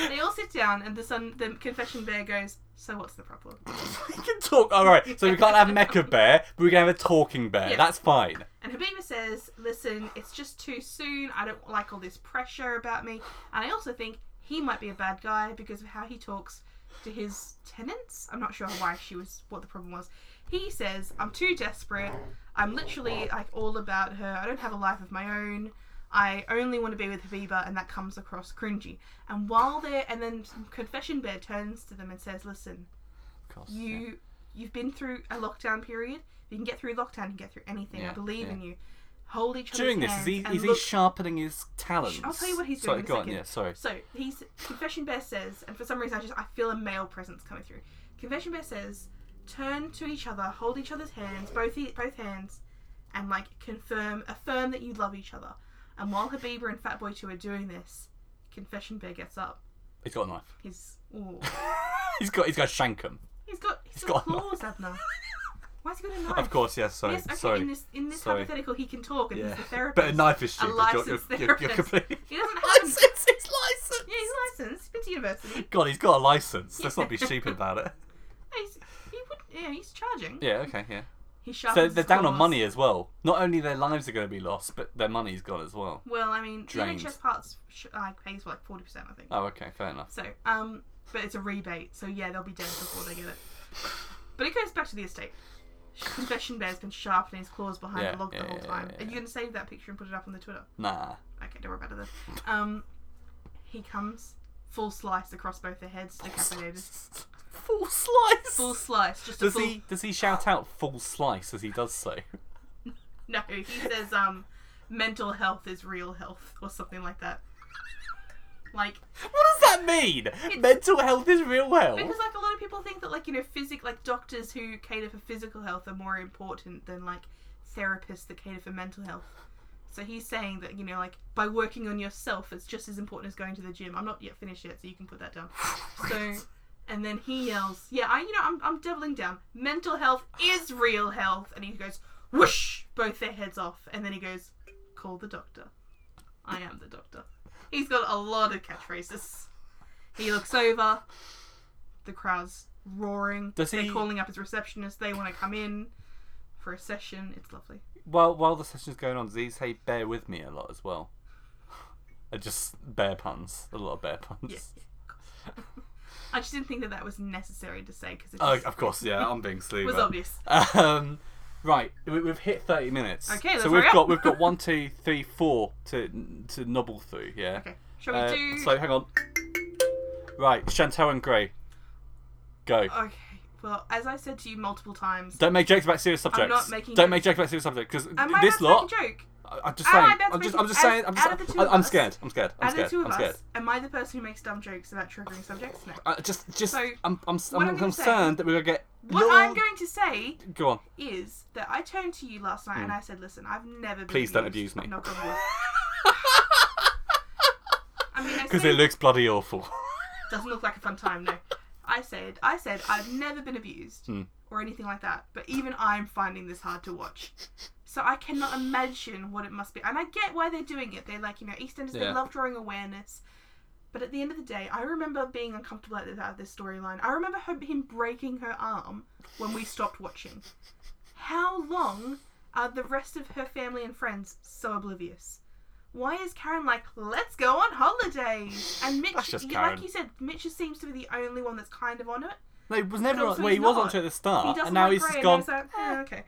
They all sit down, and the sun, the confession bear goes. So what's the problem?
we can talk. All right, so we can't have mecha bear, but we can have a talking bear.
Yeah.
That's fine.
And Habiba says, "Listen, it's just too soon. I don't like all this pressure about me, and I also think he might be a bad guy because of how he talks to his tenants. I'm not sure why she was what the problem was. He says, "I'm too desperate. I'm literally like all about her. I don't have a life of my own." I only want to be with Habiba, and that comes across cringy. And while they're, and then Confession Bear turns to them and says, "Listen,
Of course, yeah.
you you've been through a lockdown period. If you can get through lockdown, you can get through anything.
Yeah,
I believe
yeah.
in you. Hold each other.
Doing this, is
hands
he,
and
is he
look-
sharpening his talents?
I'll tell you what he's
Sorry,
doing. in a
go on,
second.
yeah, sorry.
So he's Confession Bear says, and for some reason I just I feel a male presence coming through. Confession Bear says, turn to each other, hold each other's hands, both e- both hands, and like confirm affirm that you love each other. And while Habiba and Fatboy Two are doing this, Confession Bear gets up.
He's got a knife.
He's ooh,
He's got he's got Shankum.
he's got he's
got
got,
a knife.
claws, Abner. Why's he got a knife?
Of course, yes. sorry,
Yes, okay,
sorry.
in this in this
Sorry.
hypothetical he can talk and
yeah.
he's the therapist.
But a knife is
A
stupid. You're, you're,
licensed
you're, you're
therapist.
completely.
He doesn't have a-
license. It's license.
Yeah, he's licensed. He's been to university.
God, he's got a license. Let's not be
Yeah.
stupid about it.
He's, he would, yeah, he's charging.
Yeah. Okay. Yeah.
He
So
sharpens
they're
his
down on
claws.
money as well. Not only their lives are going to be lost, but their money's gone as well.
Well, I mean,
Drained.
the NHS parts sh- like pays for like forty percent, I think.
Oh, okay. Fair enough.
So, um, but it's a rebate, so yeah, they'll be dead before they get it. But it goes back to the estate. Confession Bear's been sharpening his claws behind
Yeah,
the log
yeah,
the whole
yeah,
time.
yeah,
Are
yeah.
you going to save that picture and put it up on the Twitter?
Nah.
Okay, don't worry about it then. Um, he comes full slice across both their heads, decapitated.
Full slice.
Full slice, just a
does
full.
he does he shout out full slice as he does so?
No, he says um, mental health is real health or something like that. Like,
What does that mean? Mental health is real health.
because like a lot of people think that like you know physic like doctors who cater for physical health are more important than like therapists that cater for mental health. So he's saying that you know like by working on yourself, it's just as important as going to the gym. I'm not yet finished yet, so you can put that down. So. And then he yells, "Yeah, I, you know, I'm, I'm doubling down. Mental health is real health." And he goes, "Whoosh!" Both their heads off. And then he goes, "Call the doctor. I am the doctor." He's got a lot of catchphrases. He looks over. The crowd's roaring.
Does
They're
he-
calling up his receptionist. They want to come in for a session. It's lovely.
While while the session's going on, does he say "bear with me" a lot as well? I just bear puns, a lot of bear puns.
Yeah. yeah, of course. I just didn't think that that was necessary to say because it
Oh,
just
of course, yeah, I'm being sleepy.
was obvious.
Um, right, we, we've hit thirty minutes.
Okay, let's
so we've
hurry up.
got we've got one, two, three, four to to nobble through. Yeah.
Okay, shall we
Uh,
do?
So hang on. Right, Chantel and Grey, go.
Okay. Well, as I said to you multiple times,
Don't make jokes about serious subjects.
not making
Don't
jokes.
make jokes about serious subjects because
am I
this
about
lot.
to make a joke?
I- I'm just
Am
saying.
I about to
I'm
make
just.
a-
I'm just
out-
saying. I'm just.
out of the two
I-
of
I'm
us-
scared. I'm scared. I'm
Out
scared.
of the two of
I'm
us,
scared.
am I the person who makes dumb jokes about triggering subjects? No.
Uh, just, just,
So,
I'm, I'm,
what
I'm,
I'm gonna say-
concerned that we're gonna get.
What
your-
I'm going to say
Go on.
is that I turned to you last night and I said, "Listen, I've never been
Hmm. Please don't abuse
abused.
me.
Knock on wood. I mean, I
Because
said-
it looks bloody awful.
doesn't look like a fun time. No, I said, I said, I've never been abused
Hmm.
or anything like that. But even I'm finding this hard to watch. So I cannot imagine what it must be. And I get why they're doing it. They're like, you know, EastEnders, they
Yeah.
love drawing awareness. But at the end of the day, I remember being uncomfortable at this, at this storyline. I remember her, him breaking her arm when we stopped watching. How long are the rest of her family and friends so oblivious? Why is Karen like, let's go on holidays? And Mitch,
That's just
you-
Karen.
like you said, Mitch just seems to be the only one that's kind of on it.
no, he was never.
But also
well, he
he's
was
not.
onto it at the
He
start,
doesn't
Ah, and now
like
he's
Ray,
just
and
gone.
it's like, "Eh, okay.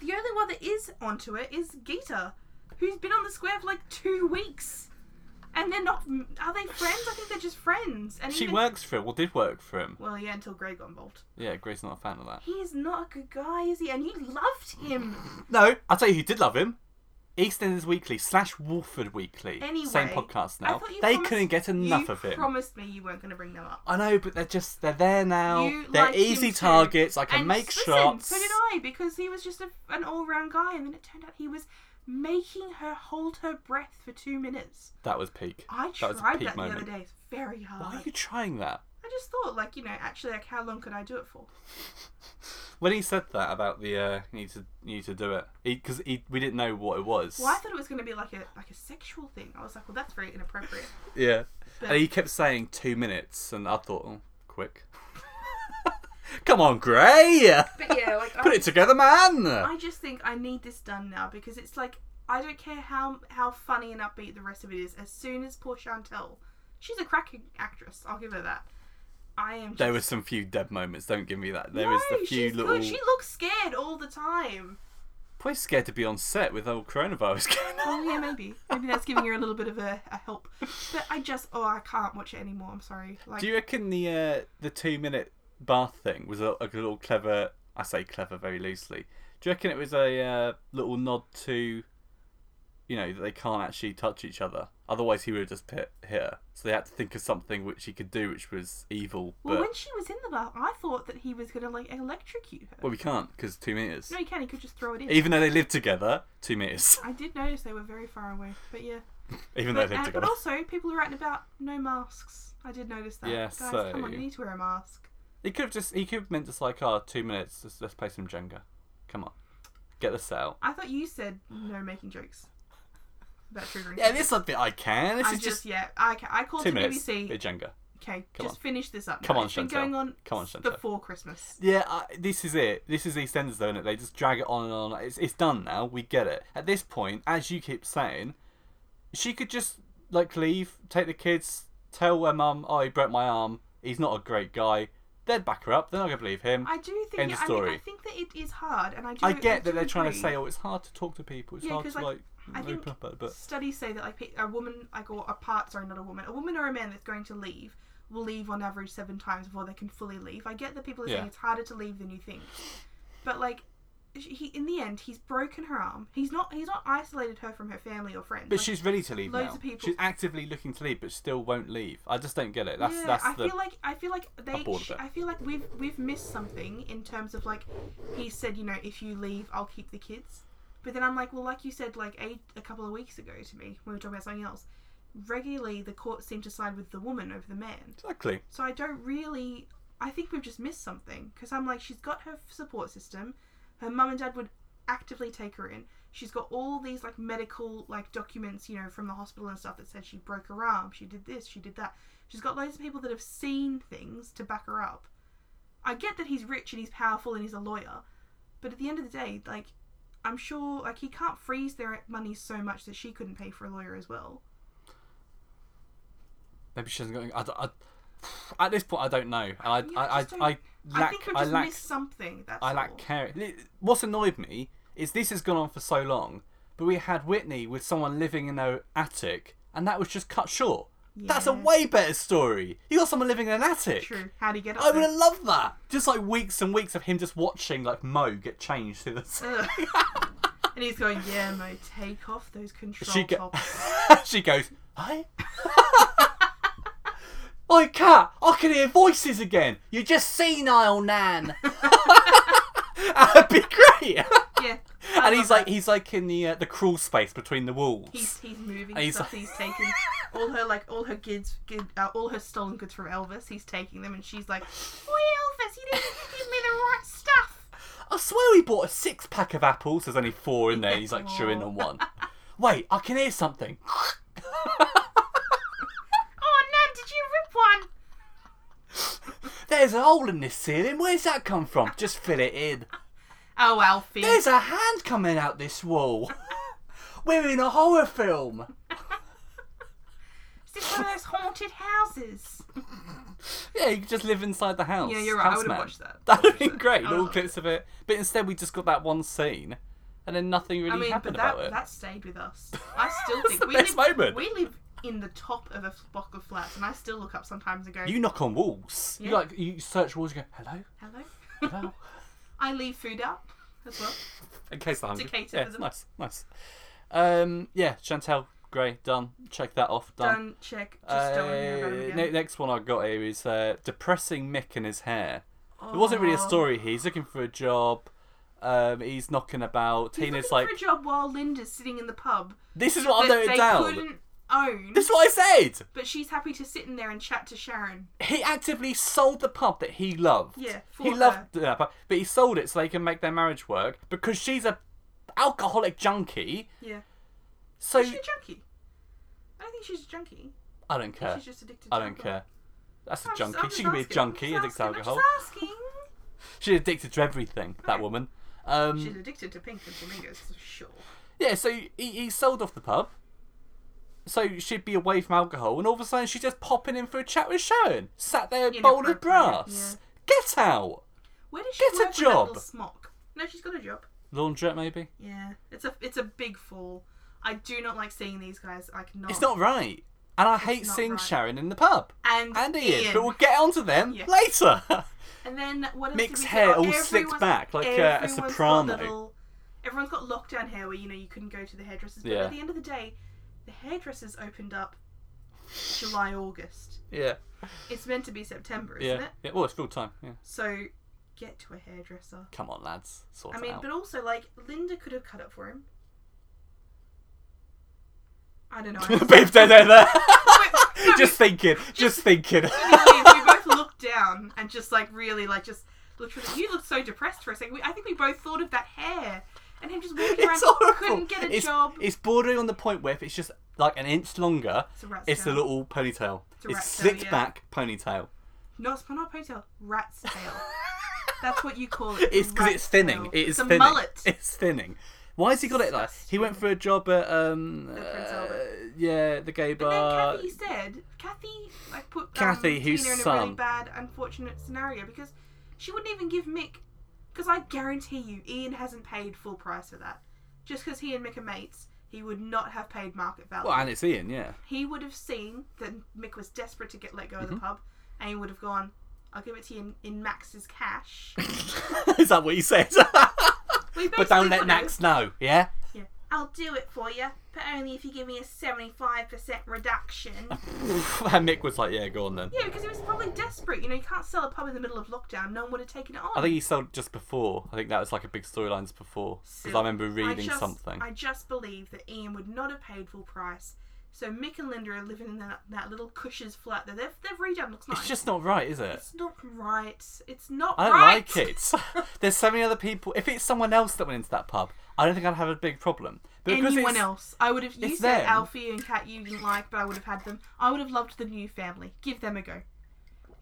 The only one that is onto it is Gita, who's been on the square for like two weeks. And they're not. Are they friends? I think they're just friends. And
She
even,
works for him. Well, did work for him.
Well, yeah, until Grey got involved.
Yeah, Grey's not a fan of that.
He is not a good guy, is he? And you loved him.
No, I'll tell you who did love him. EastEnders Weekly slash Wolford Weekly.
Anyway,
Same podcast
I
now.
thought you
They
promised-
couldn't get enough
you
of him.
promised me you weren't going to bring them up.
I know, but they're just they're there now.
You
they're
liked him
easy
too.
targets. I can
and
make
listen,
shots.
So did I, because he was just a, an all-round guy, and then it turned out he was making her hold her breath for two minutes.
That was peak.
I
that was a
tried
peak
that the
moment.
other day. It's very
Why are
hard.
you trying that?
I just thought, like, you know, actually, like, how long could I do it for?
When he said that about the uh, you need to you need to do it because he, we didn't know what it was.
Well, I thought it was going to be like a like a sexual thing. I was like, well, that's very inappropriate.
Yeah,
But-
and he kept saying two minutes, and I thought, oh, quick. Come on, Gray,
But yeah, like,
put
I,
it together, man.
I just think I need this done now because it's like I don't care how how funny and upbeat the rest of it is. As soon as poor Chantel, she's a cracking actress. I'll give her that. I am.
there
just-
was some few dead moments. Don't give me that. There
no,
was the few
she's
little.
good. She looks scared all the time.
Probably scared to be on set with old coronavirus going on.
Oh yeah, maybe maybe that's giving her a little bit of a, a help. But I just oh I can't watch it anymore. I'm sorry. Like
Do you reckon the uh, the two minute bath thing was a, a little clever? I say clever very loosely. Do you reckon it was a uh, little nod to, you know, that they can't actually touch each other? Otherwise, he would have just hit, hit her. So they had to think of something which he could do, which was evil.
well
but
when she was in the bath, I thought that he was gonna like electrocute her.
well, we can't because two meters.
no, he can. He could just throw it in.
Even though they live together, two meters.
I did notice they were very far away. But yeah.
Even though they
But,
live
and- but
together.
also, people are writing about no masks. I did notice that.
Yeah,
Guys, come on,
so-
you need to wear a mask.
He could have just he could have meant just like, oh, two minutes. Let's, let's play some Jenga. Come on, get this out.
I thought you said no making jokes about triggering.
Yeah, this is a bit I can. This
I
is
just,
just,
yeah. I, ca- I called
two
the
minutes.
BBC.
Bit Jenga.
okay,
come
just
on.
finish this up.
Come
now.
on,
It's been
Chantel.
going on.
Come on,
s-
Chantel.
Before Christmas.
Yeah, I, this is it. This is EastEnders, though, isn't it? They just drag it on and on. It's, it's done now. We get it. At this point, as you keep saying, she could just like leave, take the kids, tell her mum, "Oh, he broke my arm. He's not a great guy." They'd back her up. They're not gonna believe him.
I do think.
End of
I mean, I
story.
think that it is hard, and I do.
I get
do
that they're trying to
agree.
say, "Oh, it's hard to talk to people. It's
Yeah,
hard
'cause,
to
like,
like
I
open
think
up." about it," But
studies say that like pe- a woman like or a part sorry not a woman a woman or a man that's going to leave will leave on average seven times before they can fully leave i get that people are saying
Yeah.
it's harder to leave than you think but like he in the end he's broken her arm. He's not he's not isolated her from her family or friends.
But
Like,
she's ready to leave
loads
now.
of people-
She's actively looking to leave, but still won't leave. I just don't get it. That's
yeah,
that's
I
the
feel like I feel like they.
bored of
sh-
it.
I feel like we've we've missed something in terms of like he said, you know, if you leave, I'll keep the kids. But then I'm like, well, like you said, like a, a couple of weeks ago to me, we were talking about something else. Regularly, the court seemed to side with the woman over the man.
exactly.
So I don't really. I think we've just missed something because I'm like, she's got her support system. Her mum and dad would actively take her in. She's got all these like medical like documents, you know, from the hospital and stuff that said she broke her arm, she did this, she did that. She's got loads of people that have seen things to back her up. I get that he's rich and he's powerful and he's a lawyer, but at the end of the day, like, I'm sure like he can't freeze their money so much that she couldn't pay for a lawyer as well.
Maybe she hasn't got. I, I- at this point, I don't know. And I,
Yeah,
I,
I
I,
just don't-
I
I
lack.
think we've
I
just
lack.
missed something. That's
I
all.
lack care. Li- What's annoyed me is this has gone on for so long, but we had Whitney with someone living in her attic, and that was just cut short. That's a
Yeah.
way better story. You got someone living in an attic.
True. How do you get up
I would
there?
have loved that. Just like weeks and weeks of him just watching like Mo get changed through the.
Ugh. and he's going, yeah, Mo, take off those control
She go-
tops.
she goes, "Hi." Oi, cat! I can hear voices again. You're just senile, Nan. That'd be great.
Yeah.
and he's like, he's like in the uh, the crawl space between the walls.
he's he's moving
he's
stuff.
like-
He's taking all her like all her goods, good, uh, all her stolen goods from Elvis. He's taking them, and she's like, oh, Elvis, you didn't give me the right stuff.
I swear we bought a six pack of apples. There's only four in there. He's like chewing on one. Wait, I can hear something.
Oh, Nan, did you rip one?
There's a hole in this ceiling. Where's that come from? Just fill it in.
Oh, Alfie.
There's a hand coming out this wall. We're in a horror film.
Is this one of those haunted houses?
Yeah, you could just live inside the house.
Yeah, you're right. I
House
would
man.
have watched that. Oh.
That
I would've
would be
watched that.
great.
I would've
Little
loved
clips of it. But instead, we just got that one scene, and then nothing really
I mean,
happened
but that
about it.
that stayed with us. I still
That's
think
the
we
best
live,
moment.
We live in the top of a block of flats, and I still look up sometimes and go,
You knock on walls. You
Yeah.
like you search walls. You go hello,
"Hello."
hello.
I leave food out as well.
In case they're hungry.
cater
yeah,
for them.
nice, nice. Um, yeah, Chantel Grey done. Check that off. Done.
Done. Check. Just don't wanna hear about
Uh,
him
ne-
again.
next one I got here is uh, depressing Mick and his hair. It wasn't really a
Aw.
story. here. He's looking for a job. Um, he's knocking about.
He's
Tina's
looking
like, Oh,
for a job while Linda's sitting in the pub.
"This is what I'm
that
noting
they
down.
couldn't own,
This is what I said."
but she's happy to sit in there and chat to Sharon.
he actively sold the pub that he loved.
Yeah, for
he
her.
loved that pub, but he sold it so they can make their marriage work because she's a alcoholic junkie.
Yeah.
So
Is she a junkie? I don't think she's a junkie.
I don't
I think
care.
she's just addicted. to
I don't
alcohol.
care. That's a
I'm just-
junkie.
I'm
she
just
can be a
asking,
junkie,
I'm
addicted
just
to
asking, I'm
alcohol.
just asking.
She's addicted to everything. That
Okay.
woman.
She's
Um,
addicted to pink and flamingos, for sure.
yeah. So he, he sold off the pub. So she'd be away from alcohol, and all of a sudden she's just popping in for a chat with Sharon, sat there bold as
Inappropriate,
brass. Get out.
Where does she
Get a
work with that little
job.
smock? No, she's got a job.
Laundrette, maybe.
Yeah, it's a it's a big fall. I do not like seeing these guys. I cannot.
It's not right. And I hate
not
seeing
right.
Sharon in the pub.
And
And Ian.
Ian.
But we'll get onto them
Yeah.
later.
And then what else did
Mick's
we say?
hair
Oh,
all slicked
everyone's-
back like, uh, a
everyone's got
soprano.
little- everyone's got lockdown hair where you know you couldn't go to the hairdressers. But
Yeah.
at the end of the day, the hairdressers opened up July August.
yeah.
It's meant to be September, isn't
Yeah.
it?
yeah. Well, it's full time. Yeah.
So get to a hairdresser.
Come on, lads. Sort
I mean,
it out.
but also like Linda could have cut it for him. I don't know. I just-
Biff dead there.
Wait, no,
just thinking. Just thinking.
we we both looked down and just like really like just literally you looked so depressed for a second. We, I think we both thought of that hair and him just walking around
it's horrible.
couldn't get a
it's,
job.
It's bordering on the point where if it's just like an inch longer,
It's a rat's
it's a
tail.
little ponytail. It's,
a rat's tail,
slicked
yeah.
back ponytail.
No, it's not a ponytail. Rat's tail. That's what you call it.
It's because
rat's
it's thinning.
tail.
It is
it's a
thinning.
mullet.
It's thinning. Why has he got it like? He went for a job at um,
Prince
uh,
Albert.
yeah, the gay
And
bar.
then Kathy said, Kathy like put um,
uh, Kathy, whose
Tina in a really
son-
bad, unfortunate scenario because she wouldn't even give Mick. Because I guarantee you, Ian hasn't paid full price for that. Just because he and Mick are mates, he would not have paid market value.
Well, and it's Ian, yeah.
he would have seen that Mick was desperate to get let go of the
Mm-hmm.
pub, and he would have gone, "I'll give it to you in, in Max's cash."
Is that what he said?
We
but don't
basically
let
wanna-
Nax know. Yeah.
Yeah. I'll do it for you, but only if you give me a 75% reduction.
and Mick was like, "Yeah, go on then."
yeah, because he was probably desperate. You know, you can't sell a pub in the middle of lockdown. No one would have taken it on.
I think he sold just before. I think that was like a big storylines before because I
Silly.
remember reading
just,
something.
I just believe that Ian would not have paid full price. So Mick and Linda are living in that, that little Cush's flat that they've, they've redone. Looks nice.
It's just not right, is it?
It's not right. It's not
I don't like
right.
it. There's so many other people. If it's someone else that went into that pub, I don't think I'd have a big problem. But because
Anyone
it's-
else? I would have. You
it's
said
them.
Alfie and Kat you didn't like, but I would have had them. I would have loved the new family. Give them a go.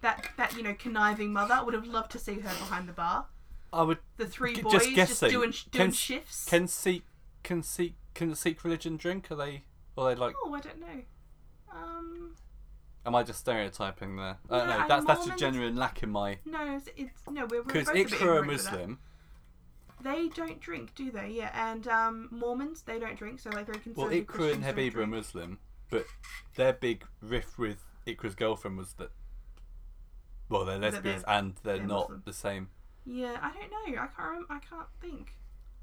That that you know conniving mother would have loved to see her behind the bar.
I would
The three
G-
boys
just
just,
guessing.
doing doing
Can-
shifts.
can seek can seek can seek religion drink. Are they? Or they like?
oh, I don't know. Um,
Am I just stereotyping there? I don't
No,
know.
I'm
That's that's a
Mormon.
genuine lack in my
no, it's, it's no. We're, we're
because
both a bit
Ikra are
ignorant of that.
Muslim.
They don't drink, do they? Yeah, and um, Mormons they don't drink, so like very
Well,
conservative.
Ikra and
Christians don't
Habiba are
drink.
Muslim, but their big riff with Ikra's girlfriend was that. Well, they're
they're-
lesbians and they're,
they're
not
Muslim.
the same.
Yeah, I don't know. I can't. Rem- I can't think.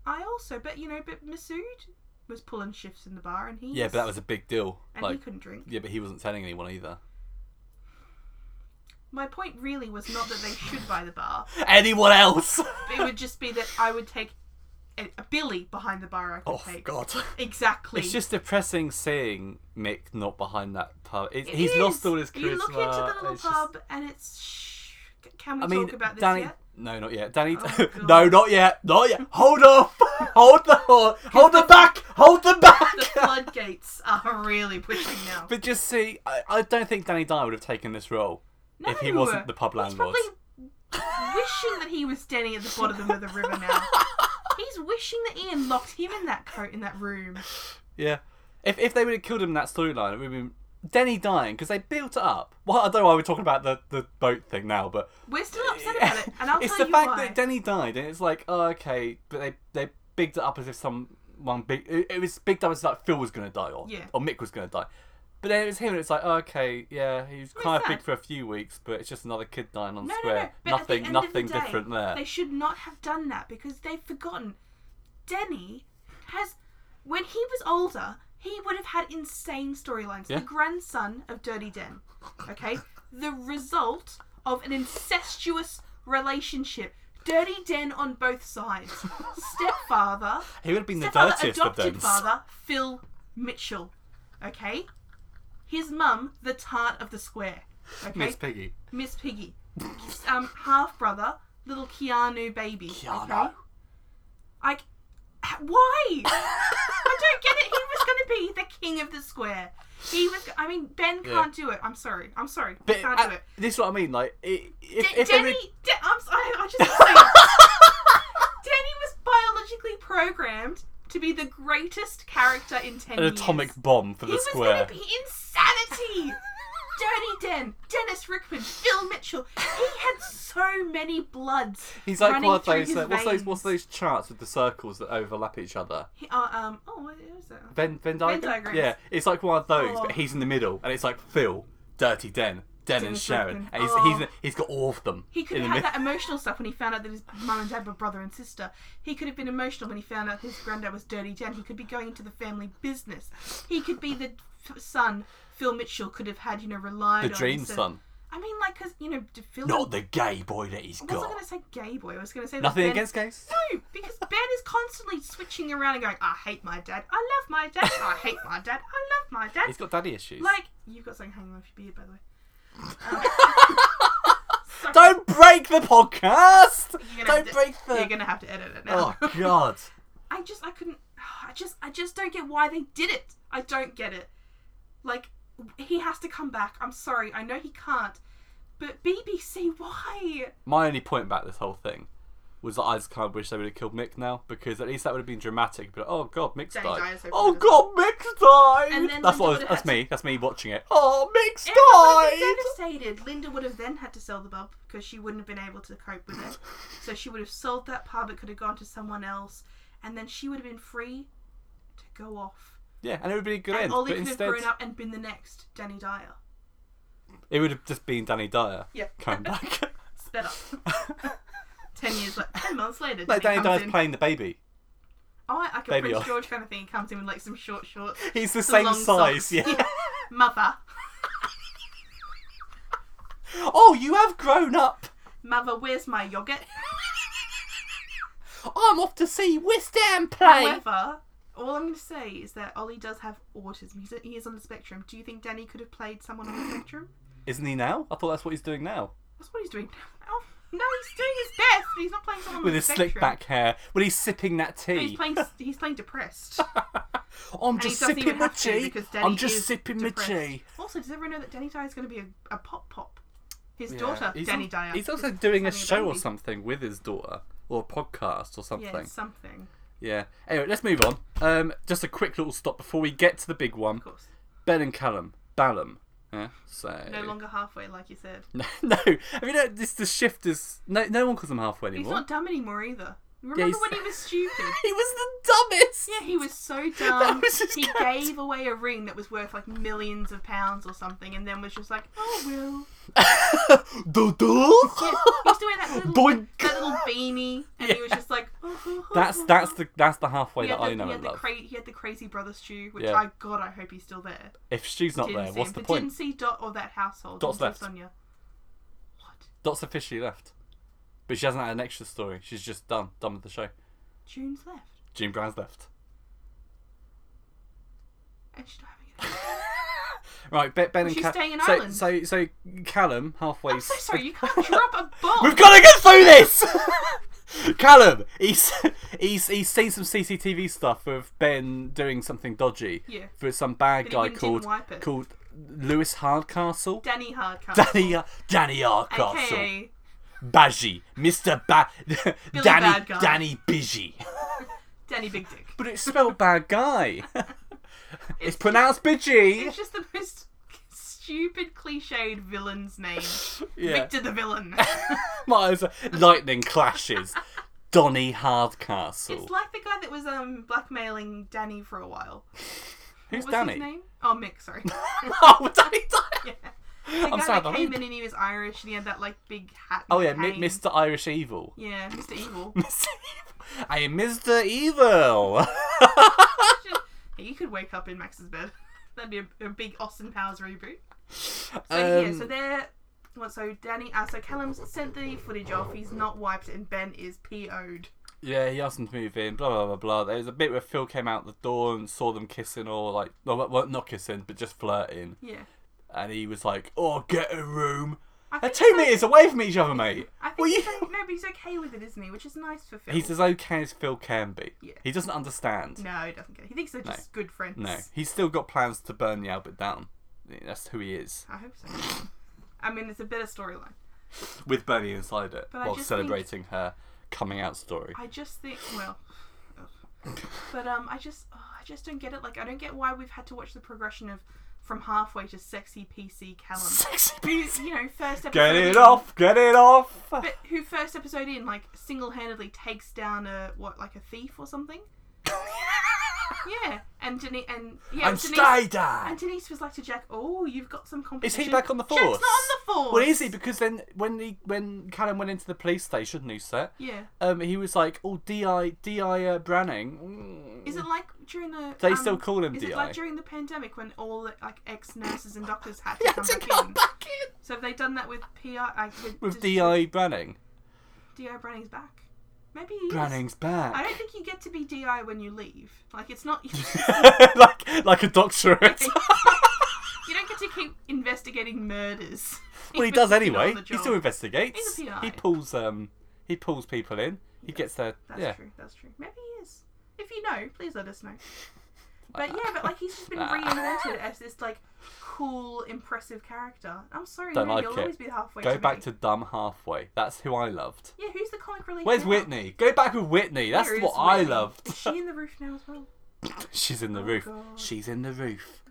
I also, but you know, but Masood was pulling shifts in the bar, and he
Yeah, but that was a big deal.
and
like,
he couldn't drink.
yeah, but he wasn't telling anyone either.
My point really was not that they should buy the bar.
Anyone else?
It would just be that I would take a, a Billy behind the bar. I could
oh
take
God!
exactly.
It's just depressing seeing Mick not behind that pub. It's,
It
he's
is.
lost all his charisma.
You look into the little
It's just-
pub, and it's. Shh, can we
I mean,
talk about this
Danny.
yet?
No, not yet. Danny.
Oh,
no,
God.
not yet. Not yet. Hold off. hold the hold, hold the back. Hold the back.
The floodgates are really pushing now.
But just see, I, I don't think Danny Dyer would have taken this role if he
No, uh,
wasn't the pub
He's
landlord.
probably wishing that he was standing at the bottom of the river now. He's wishing that Ian locked him in that coat in that room.
Yeah. If if they would have killed him in that storyline, it would have been Danny dying because they built it up. Well, I don't know why we're talking about the, the boat thing now, but
We're still upset about it, and I'll
it's
tell
the
you
fact
why.
that Danny died, and it's like, oh, okay, but they they bigged it up as if someone big. It, it was bigged up as like Phil was gonna die, or
Yeah.
or Mick was gonna die. But then it was him, and it's like, oh, okay, yeah, he was
Well,
kind
it's
of big
sad.
for a few weeks, but it's just another kid dying on the
no, no,
square.
no. But at the
nothing,
end of the
nothing
day,
different there.
They should not have done that because they've forgotten. Denny has, when he was older, he would have had insane storylines.
Yeah.
The grandson of Dirty Den, okay, the result of an incestuous relationship. Dirty Den on both sides. Stepfather,
He would have been the
stepfather,
dirtiest of
adopted
them.
father, Phil Mitchell. Okay, his mum, the tart of the square. Okay,
Miss Piggy.
Miss Piggy, um, half brother, little Keanu baby.
Keanu.
Okay? Like, h- why? I don't get it. He was going to be the king of the square. He was. I mean, Ben
Yeah.
can't do it. I'm sorry. I'm sorry.
But
he can't
uh,
do it.
this is what I mean. Like, i if,
D-
if they
Denny,
would-
De- I'm sorry. I just. Denny was biologically programmed to be the greatest character in ten
an
years.
atomic bomb for
He
the
was
square.
going to be insanity. Dirty Den, Dennis Rickman, Phil Mitchell. He had so many bloods.
He's like
running
one of
through
those.
his
Uh, what's those? What's
veins.
those charts with the circles that overlap each other?
He- uh, um. Oh, what is that?
Venn, Venn diagram.
diagrams.
Yeah, it's like one of those,
Oh.
but he's in the middle, and it's like Phil, Dirty Den, Den and
Dennis
Sharon,
Rodman.
and he's,
Oh.
he's he's got all of them.
He could
in
have
the
had
middle.
that emotional stuff when he found out that his mum and dad were brother and sister. He could have been emotional when he found out his granddad was Dirty Dan. He could be going into the family business. He could be the f- son Phil Mitchell could have had, you know, relied
The
on.
dream
instead-
son,
I mean, like, because, you know, d- Phil.
not the gay boy that he's
I wasn't
got.
going to say gay boy. I was going to say that
Nothing
Ben-
against gays.
No, because Ben is constantly switching around and going, I hate my dad. I love my dad. I hate my dad. I love my dad.
He's got daddy issues.
Like, you've got something hanging off your beard, by the way. Um, sorry.
Don't break the podcast.
You're
Don't
gonna have to-
break
You're
the.
gonna have to edit it now.
Oh God.
I just, I couldn't. I just, I just don't get why they did it. I don't get it. Like, he has to come back. I'm sorry. I know he can't. But BBC, why?
my only point about this whole thing was that I just kind of wish they would have killed Mick now because at least that would have been dramatic. But oh god, Mick's
Danny
died.
Dyer's hoping
Oh
it
god, Mick's died.
And then
that's
Linda
what. I
would
was-
have
That's
had to-
me. That's me watching it. Oh, Mick's
Everyone would
died.
have been devastated. Linda would have then had to sell the pub because she wouldn't have been able to cope with it. So she would have sold that pub. It could have gone to someone else, and then she would have been free to go off.
Yeah, and it would be a good
And
end.
Ollie
But
could
instead,
have grown up and been the next Danny Dyer.
it would have just been Danny Dyer
Yeah.
coming back.
Sped up. ten years, like ten months later.
like Danny
comes
Dyer's
in.
playing the baby.
Oh, I- like a
Baby
Prince
off.
George kind of thing. He comes in with like some short shorts.
He's the
some
same
long
size,
socks.
yeah.
Mother.
Oh, you have grown up.
Mother, where's my yogurt?
I'm off to see West Ham play.
However, all I'm going to say is that Ollie does have autism. He's, he is on the spectrum. Do you think Danny could have played someone on the spectrum?
Isn't he now? I thought that's what he's doing now.
That's what he's doing now. Oh, No, he's doing his best, but he's not playing someone on
With
the
his
spectrum.
slick back hair. When he's sipping that
No, he's
tea.
playing. He's playing depressed.
I'm
And he
just
doesn't even
sipping my
have to
tea.
because Danny
I'm just
is
sipping my
depressed.
tea.
Also, does everyone know that Danny Dyer is going to be a, a pop pop? His daughter,
he's
Danny
al-
Dyer.
He's
is
also doing a
having
show or
baby.
something with his daughter, or a podcast or something.
Yeah, something.
Yeah. Anyway, let's move on. Um, just a quick little stop before we get to the big one.
Of course.
Ben and Callum. Ballum. Yeah. So.
No longer halfway, like you said.
No. I mean, no, this the shift is. No, no one calls him halfway
He's
anymore.
not dumb anymore either. Remember
he's-
when he was stupid?
He was the dumbest.
Yeah, he was so dumb.
was his
he
character.
gave away a ring that was worth like millions of pounds or something, and then was just like, "Oh well." Yeah,
Dodo.
he was doing that little,
Boink.
that little beanie, and he was just like, oh, oh, oh,
That's
oh."
that's the that's the halfway
He had
that
the,
I know
he had
and
the
love.
cra- he had the crazy brother stew, which
Yeah.
I God, I hope he's still there.
If she's not
Didn't
there,
see
what's
him,
the
but
point?
Didn't see Dot or that household.
Dot's
didn't
left.
see Sonia. What?
Dot's officially left, but she hasn't had an extra story. She's just done done with the show.
June's left,
Jean Brown's left.
and she's not having it.
Right, Ben, ben and
she's
Callum.
staying in
so,
Ireland.
So so Callum halfway.
I'm so sorry. You can't drop a bomb.
We've got to get through this. Callum, he's he's he's seen some CCTV stuff of Ben doing something dodgy
Yeah.
for some bad
But he
guy
didn't-
called
didn't wipe it.
called Lewis Hardcastle.
Danny Hardcastle.
Danny Danny Hardcastle.
AKA
Baji, Mr. Ba- Danny
Bad Guy.
Danny Biji.
Danny Big Dick.
But it's spelled bad guy. it's
It's-
pronounced Biji.
It's just the most stupid, cliched villain's name.
Yeah.
Victor the villain.
Might as well- Lightning clashes. Donny Hardcastle.
it's like the guy that was um blackmailing Danny for a while.
Who's
What's
Danny?
his name? Oh, Mick. Sorry.
oh, Danny Dyer.
yeah. The
I'm
guy
sorry.
that
I
came
mean-
in and he was Irish and he had that like big hat.
Oh yeah,
and
Mi-
cane.
Mr. Irish Evil.
Yeah, Mr. Evil.
I am Mr. Evil.
he could wake up in Max's bed. That'd be a, a big Austin Powers reboot. So yeah,
Um,
so they're well, so Danny, uh, so Callum's sent the footage off. He's not wiped, and Ben is PO'd.
Yeah, he asked them to move in, blah, blah, blah, blah. There was a bit where Phil came out the door and saw them kissing or, like, well, well, not kissing, but just flirting.
Yeah.
And he was like, oh, get a room.
I
They're
think
two
so.
metres away from each other, mate.
I think
Well,
he's
you-
o- no, but he's okay with it, isn't he? Which is nice for Phil.
He's as okay as Phil can be.
Yeah.
He doesn't understand.
no, he doesn't get it. He thinks they're just good friends.
No, he's still got plans to burn the Albert down. That's who he is,
I hope so. I mean, it's a better storyline.
with Bernie inside it,
But I
while
just
celebrating her coming out story.
I just think, well, ugh. but um, I just, oh, I just don't get it. Like, I don't get why we've had to watch the progression of from halfway to sexy PC Callum.
Sexy
Who,
piece.
you know, first episode.
Get
in-
it off! Get it off!
But who first episode in like single-handedly takes down a what like a thief or something? Yeah, and Denise and yeah,
I'm
Denise, And
Skydive!
Denise was like to Jack, "Oh, you've got some
Is
competition."
he back on the
Jack's
force?
not on the force.
Well, is he? Because then when he when Callum went into the police station, new set,
Yeah.
um, he was like, "Oh, Di Di uh, Branning."
Is it like during the?
They
um,
still call him
Is
DI.
it like during the pandemic when all the, like ex nurses and doctors had to
He had
come
to
back
come
in?
back in
So have they done that with PI? Like, with
with
just-
Di Branning.
Di Branning's back. Maybe he is.
Branning's
I
back.
don't think you get to be Di when you leave. Like it's not.
like like a doctorate.
You don't get to keep investigating murders.
well, he
Even
does
if you're not
anyway.
on the
He
job.
still investigates.
He's a PI.
He pulls um he pulls people in. He gets their
That's
yeah.
true. That's true. Maybe he is. If you know, please let us know. But yeah, but like he's just been reinvented as this like cool, impressive character. I'm sorry,
Don't
no,
like
you'll
it.
always be halfway.
Go
me.
back to dumb halfway. That's who I loved.
yeah. Who's the comic relief?
Where's
now?
Whitney? Go back with Whitney. That's
Where is
what I
Whitney?
loved.
Is she in the roof now as well?
She's in the
Oh,
roof.
God.
She's in the roof.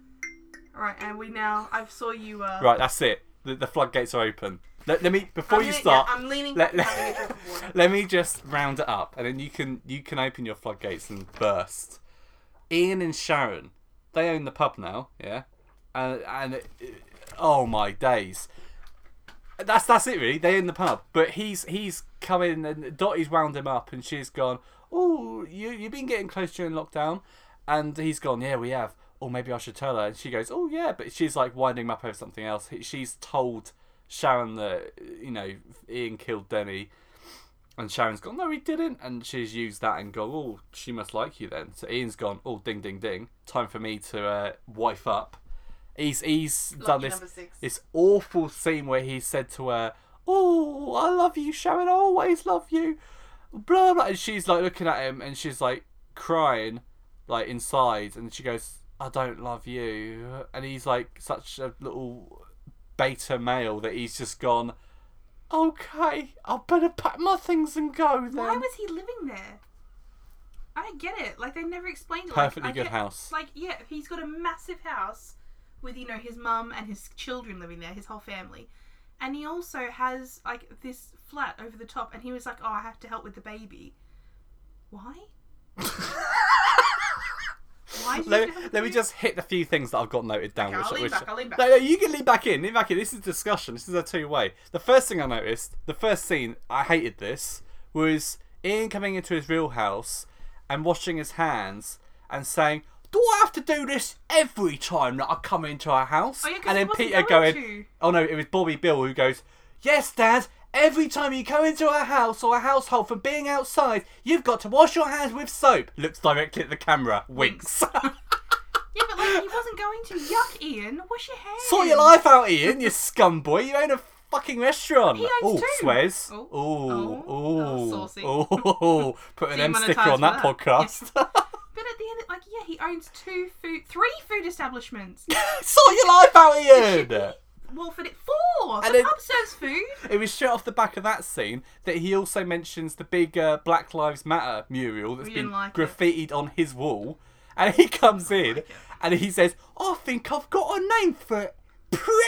All right, and we now. I saw you. Uh,
Right, that's it. The, the floodgates are open. Let, let me before
I'm
you
leaning-
start.
yeah, I'm leaning
let,
back and having a drink of water.
let, let me just round it up, and then you can you can open your floodgates and burst. Ian and Sharon, they own the pub now, yeah, and and it- oh my days, that's that's it really. They're in the pub, but he's he's come in and Dottie's wound him up, and she's gone. Oh, you you've been getting close during lockdown, and he's gone. Yeah, we have. Or maybe I should tell her. And she goes, Oh yeah, but she's like winding him up over something else. He- She's told Sharon that you know Ian killed Denny, and Sharon's gone. No, he didn't. And she's used that and gone. Oh, she must like you then. So Ian's gone. Oh, ding ding ding. Time for me to uh, wife up. He's he's
Lucky
done this
number six.
this awful scene where he said to her, "Oh, I love you, Sharon. I always love you." Blah blah, and she's like looking at him, and she's like crying, like inside, and she goes, "I don't love you," and he's like such a little beta male that he's just gone. Okay, I better pack my things and go then.
Why was he living there? I don't get it. Like they never explained it.
Perfectly
like, I
good
get-
house.
Like yeah, he's got a massive house with you know his mum and his children living there, his whole family, and he also has like this flat over the top. And he was like, "Oh, I have to help with the baby." Why? Why? do
let
you have to
me,
help with
let me
the
just hit the few things that I've got noted down.
Okay, I'll lean
which,
back, I'll lean back.
No, no, you can lean back in. Lean back in. This is discussion. This is a two way. The first thing I noticed, the first scene, I hated this, was Ian coming into his real house and washing his hands and saying, do I have to do this every time that I come into our house?
Oh, yeah, 'cause
and
he
then
wasn't
Peter
going
going,
to.
oh no, it was Bobby Bill who goes, yes, Dad, every time you come into our house or a household from being outside, you've got to wash your hands with soap. Looks directly at the camera, winks.
Yeah, but like he wasn't going to. Yuck, Ian. Wash your hands.
Sort your life out, Ian, you scum boy. You own a fucking restaurant.
He owns
oh,
two.
swears.
Oh.
Oh,
Oh,
oh,
saucy.
oh. Put an M sticker on that,
Demonetised for that.
podcast.
But at the end, like yeah, he owns two food, three food establishments.
sort your life out, Ian.
well, for the four.
And
the
then-
pub serves food.
It was straight off the back of that scene that he also mentions the big uh, Black Lives Matter mural that's
We
been
didn't like it.
graffitied on his wall. And he comes in
like it.
and he says, I think I've got a name for it.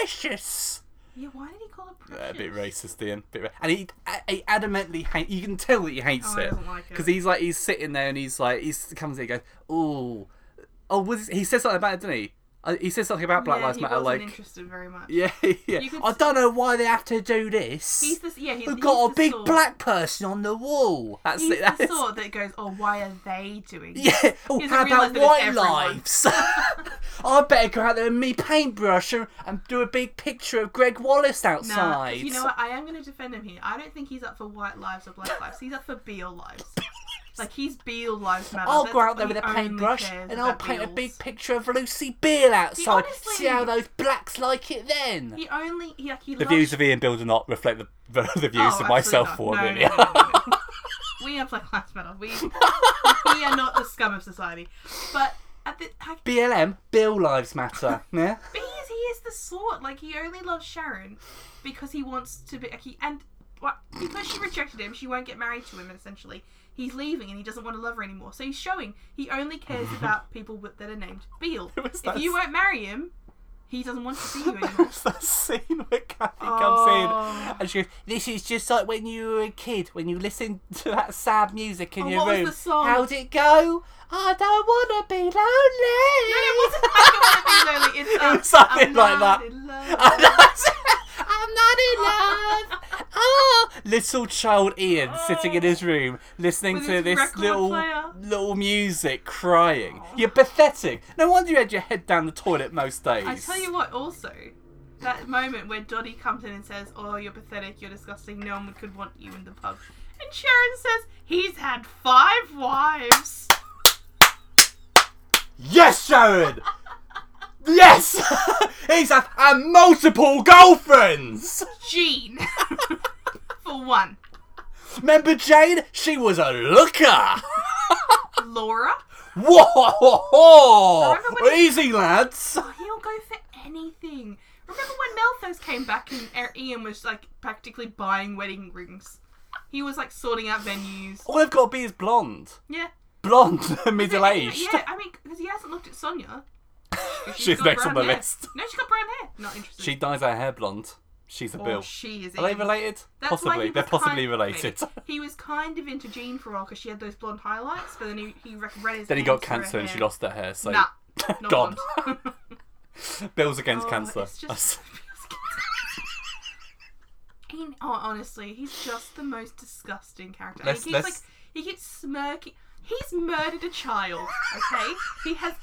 Precious.
Yeah, why did he call it precious?
Yeah, a bit racist, Ian. Bit ra- and he, he adamantly hate. You can tell that he hates
Oh, he
it
doesn't like it.
because he's like he's sitting there and he's like he's comes in and goes, "Oh, oh." Was he says something about it, doesn't he? Uh, He says something about Black
yeah,
Lives
he
Matter,
wasn't
like
interested very much.
yeah, yeah.
You could
I
s-
don't know why they have to do this.
He's this. Yeah, he,
We've
he's
got
the
a big
sort-
black person on the wall. That's
He's
it. That's
the sort that goes, "Oh, why are they doing?" it?"
yeah. Oh,
doesn't
how
realise
about
that it's
white
everyone.
lives? I better go out there and me paintbrush and, and do a big picture of Greg Wallace
Nah,
outside.
you know what? I am going to defend him here. I don't think he's up for white lives or black lives. He's up for Beale lives. like he's Beale lives matter.
I'll
That's
go out there
he
with a
only
paintbrush
cares
and I'll
about
paint a
Beales.
big picture of Lucy Beale outside.
honestly-
See how those blacks like it then.
He only he like he
The
loves
views of Ian Bill do not reflect the, the, the views
Oh,
of
absolutely
myself
not.
for
No,
really.
no, no, no, no. we are Black Lives Matter. We, we are not the scum of society. But at the, like,
BLM, Bill Lives Matter. Yeah.
but he is, he is the sort. Like he only loves Sharon because he wants to be. Like, he, and what because she rejected him, she won't get married to him. Essentially, he's leaving and he doesn't want to love her anymore. So he's showing he only cares about people with, that are named Beale.
was
If
that
you
s-
won't marry him, he doesn't want to see you anymore.
There's that scene where Kathy
Oh.
comes in and she goes, This is just like when you were a kid, when you listened to that sad music in
Oh,
your
what was
room.
the song?
How'd it go? I don't want to be lonely. No, it wasn't.
I don't want to be lonely. It's, um,
It was something
I'm
like
not
that.
in love.
I'm not, I'm not in love. Oh, little child Ian sitting in his room listening
Oh. With
to
his
this
record
little
player.
little music, crying. You're pathetic. No wonder you had your head down the toilet most days.
I tell you what, also, that moment where Dottie comes in and says, Oh, you're pathetic, you're disgusting, no one could want you in the pub. And Sharon says, He's had five wives.
Yes, Sharon. yes, he's had and multiple girlfriends.
Jean. For one.
Remember Jane? She was a looker.
Laura.
Whoa!
Remember when he-
Easy, lads.
Oh, he'll go for anything. Remember when Malthus came back and Er- Ian was like practically buying wedding rings? He was like sorting out venues.
All I've got to be is blonde.
Yeah.
blonde, middle aged.
Yeah, I mean, because he hasn't looked at Sonia.
She's
got
next on
brown
the
hair.
list.
No, she's got brown hair. Not interested.
She dyes her hair blonde. She's a
Or
bill.
she is
Are they
in.
related?
Oh, That's why
possibly.
he
They're
was
possibly
kind-
related.
maybe. He was kind of into Jean for a while because she had those blonde highlights, but then he, he rec- read his
then he got
hands
cancer
for her
and she
hair.
lost her hair, so
Nah, not
gone.
blonde.
Bill's against
Oh,
cancer.
it's just- He oh, honestly, he's just the most disgusting character. And
Let's-
he keeps
let's-
like he keeps smirking. He's murdered a child, okay? he has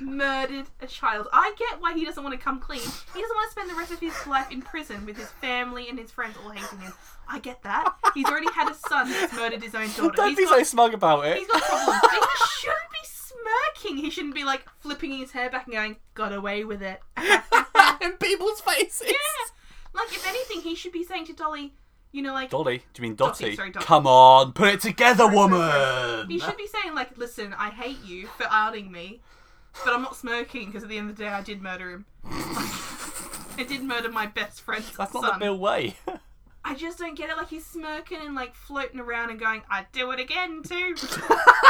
m- murdered a child. I get why he doesn't want to come clean. He doesn't want to spend the rest of his life in prison with his family and his friends all hating him. I get that. He's already had a son that's murdered his own daughter.
Don't
He's
be
got-
so smug about it.
He's got problems. And he shouldn't be smirking. He shouldn't be like flipping his hair back and going, "Got away with it."
In people's faces.
like if anything, he should be saying to Dolly, you know, like
Dolly, do you mean
Dotty,
Dotty?
sorry, Dotty.
Come on, put it together, woman.
he should be saying like, "Listen, I hate you for outing me, but I'm not smirking because at the end of the day, I did murder him. I did murder my best friend's
That's
son.
not the Bill way.
I just don't get it. Like he's smirking and like floating around and going, "I'd do it again too."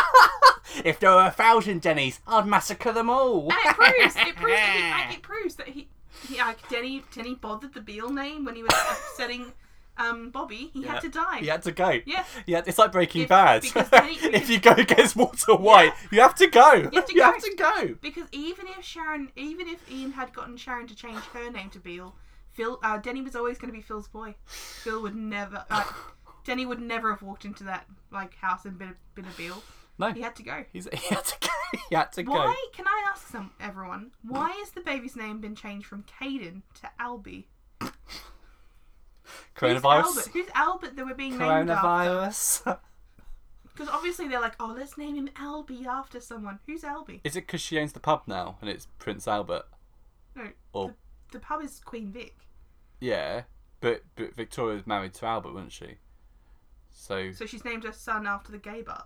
if there were a thousand Denny's, I'd massacre them all.
And it proves it proves that he, like, it proves that he, he like Denny Denny bothered the Beale name when he was upsetting um Bobby. He
Yeah.
had to die.
He had to go.
Yeah.
Yeah, it's like Breaking
If-
Bad.
because Denny-
if you go against Walter White, you have to go. You
have to go.
go.
Because even if Sharon, even if Ian had gotten Sharon to change her name to Beale, Phil, uh, Denny was always going to be Phil's boy. Phil would never, uh, Denny would never have walked into that like house and been a, been a Beale.
No.
He had to go.
He's, he had to go. He had to
Why?
go.
Can I ask some everyone? Why has the baby's name been changed from Caden to Albie? Who's Albert?
Coronavirus.
Who's Albert that we're being named after?
Coronavirus.
Because obviously they're like, oh, let's name him Albie after someone. Who's Albie?
Is it because she owns the pub now and it's Prince Albert?
No,
Or
the, the pub is Queen Vic.
yeah, but but Victoria was married to Albert, wasn't she? So,
So she's named her son after the gay bar.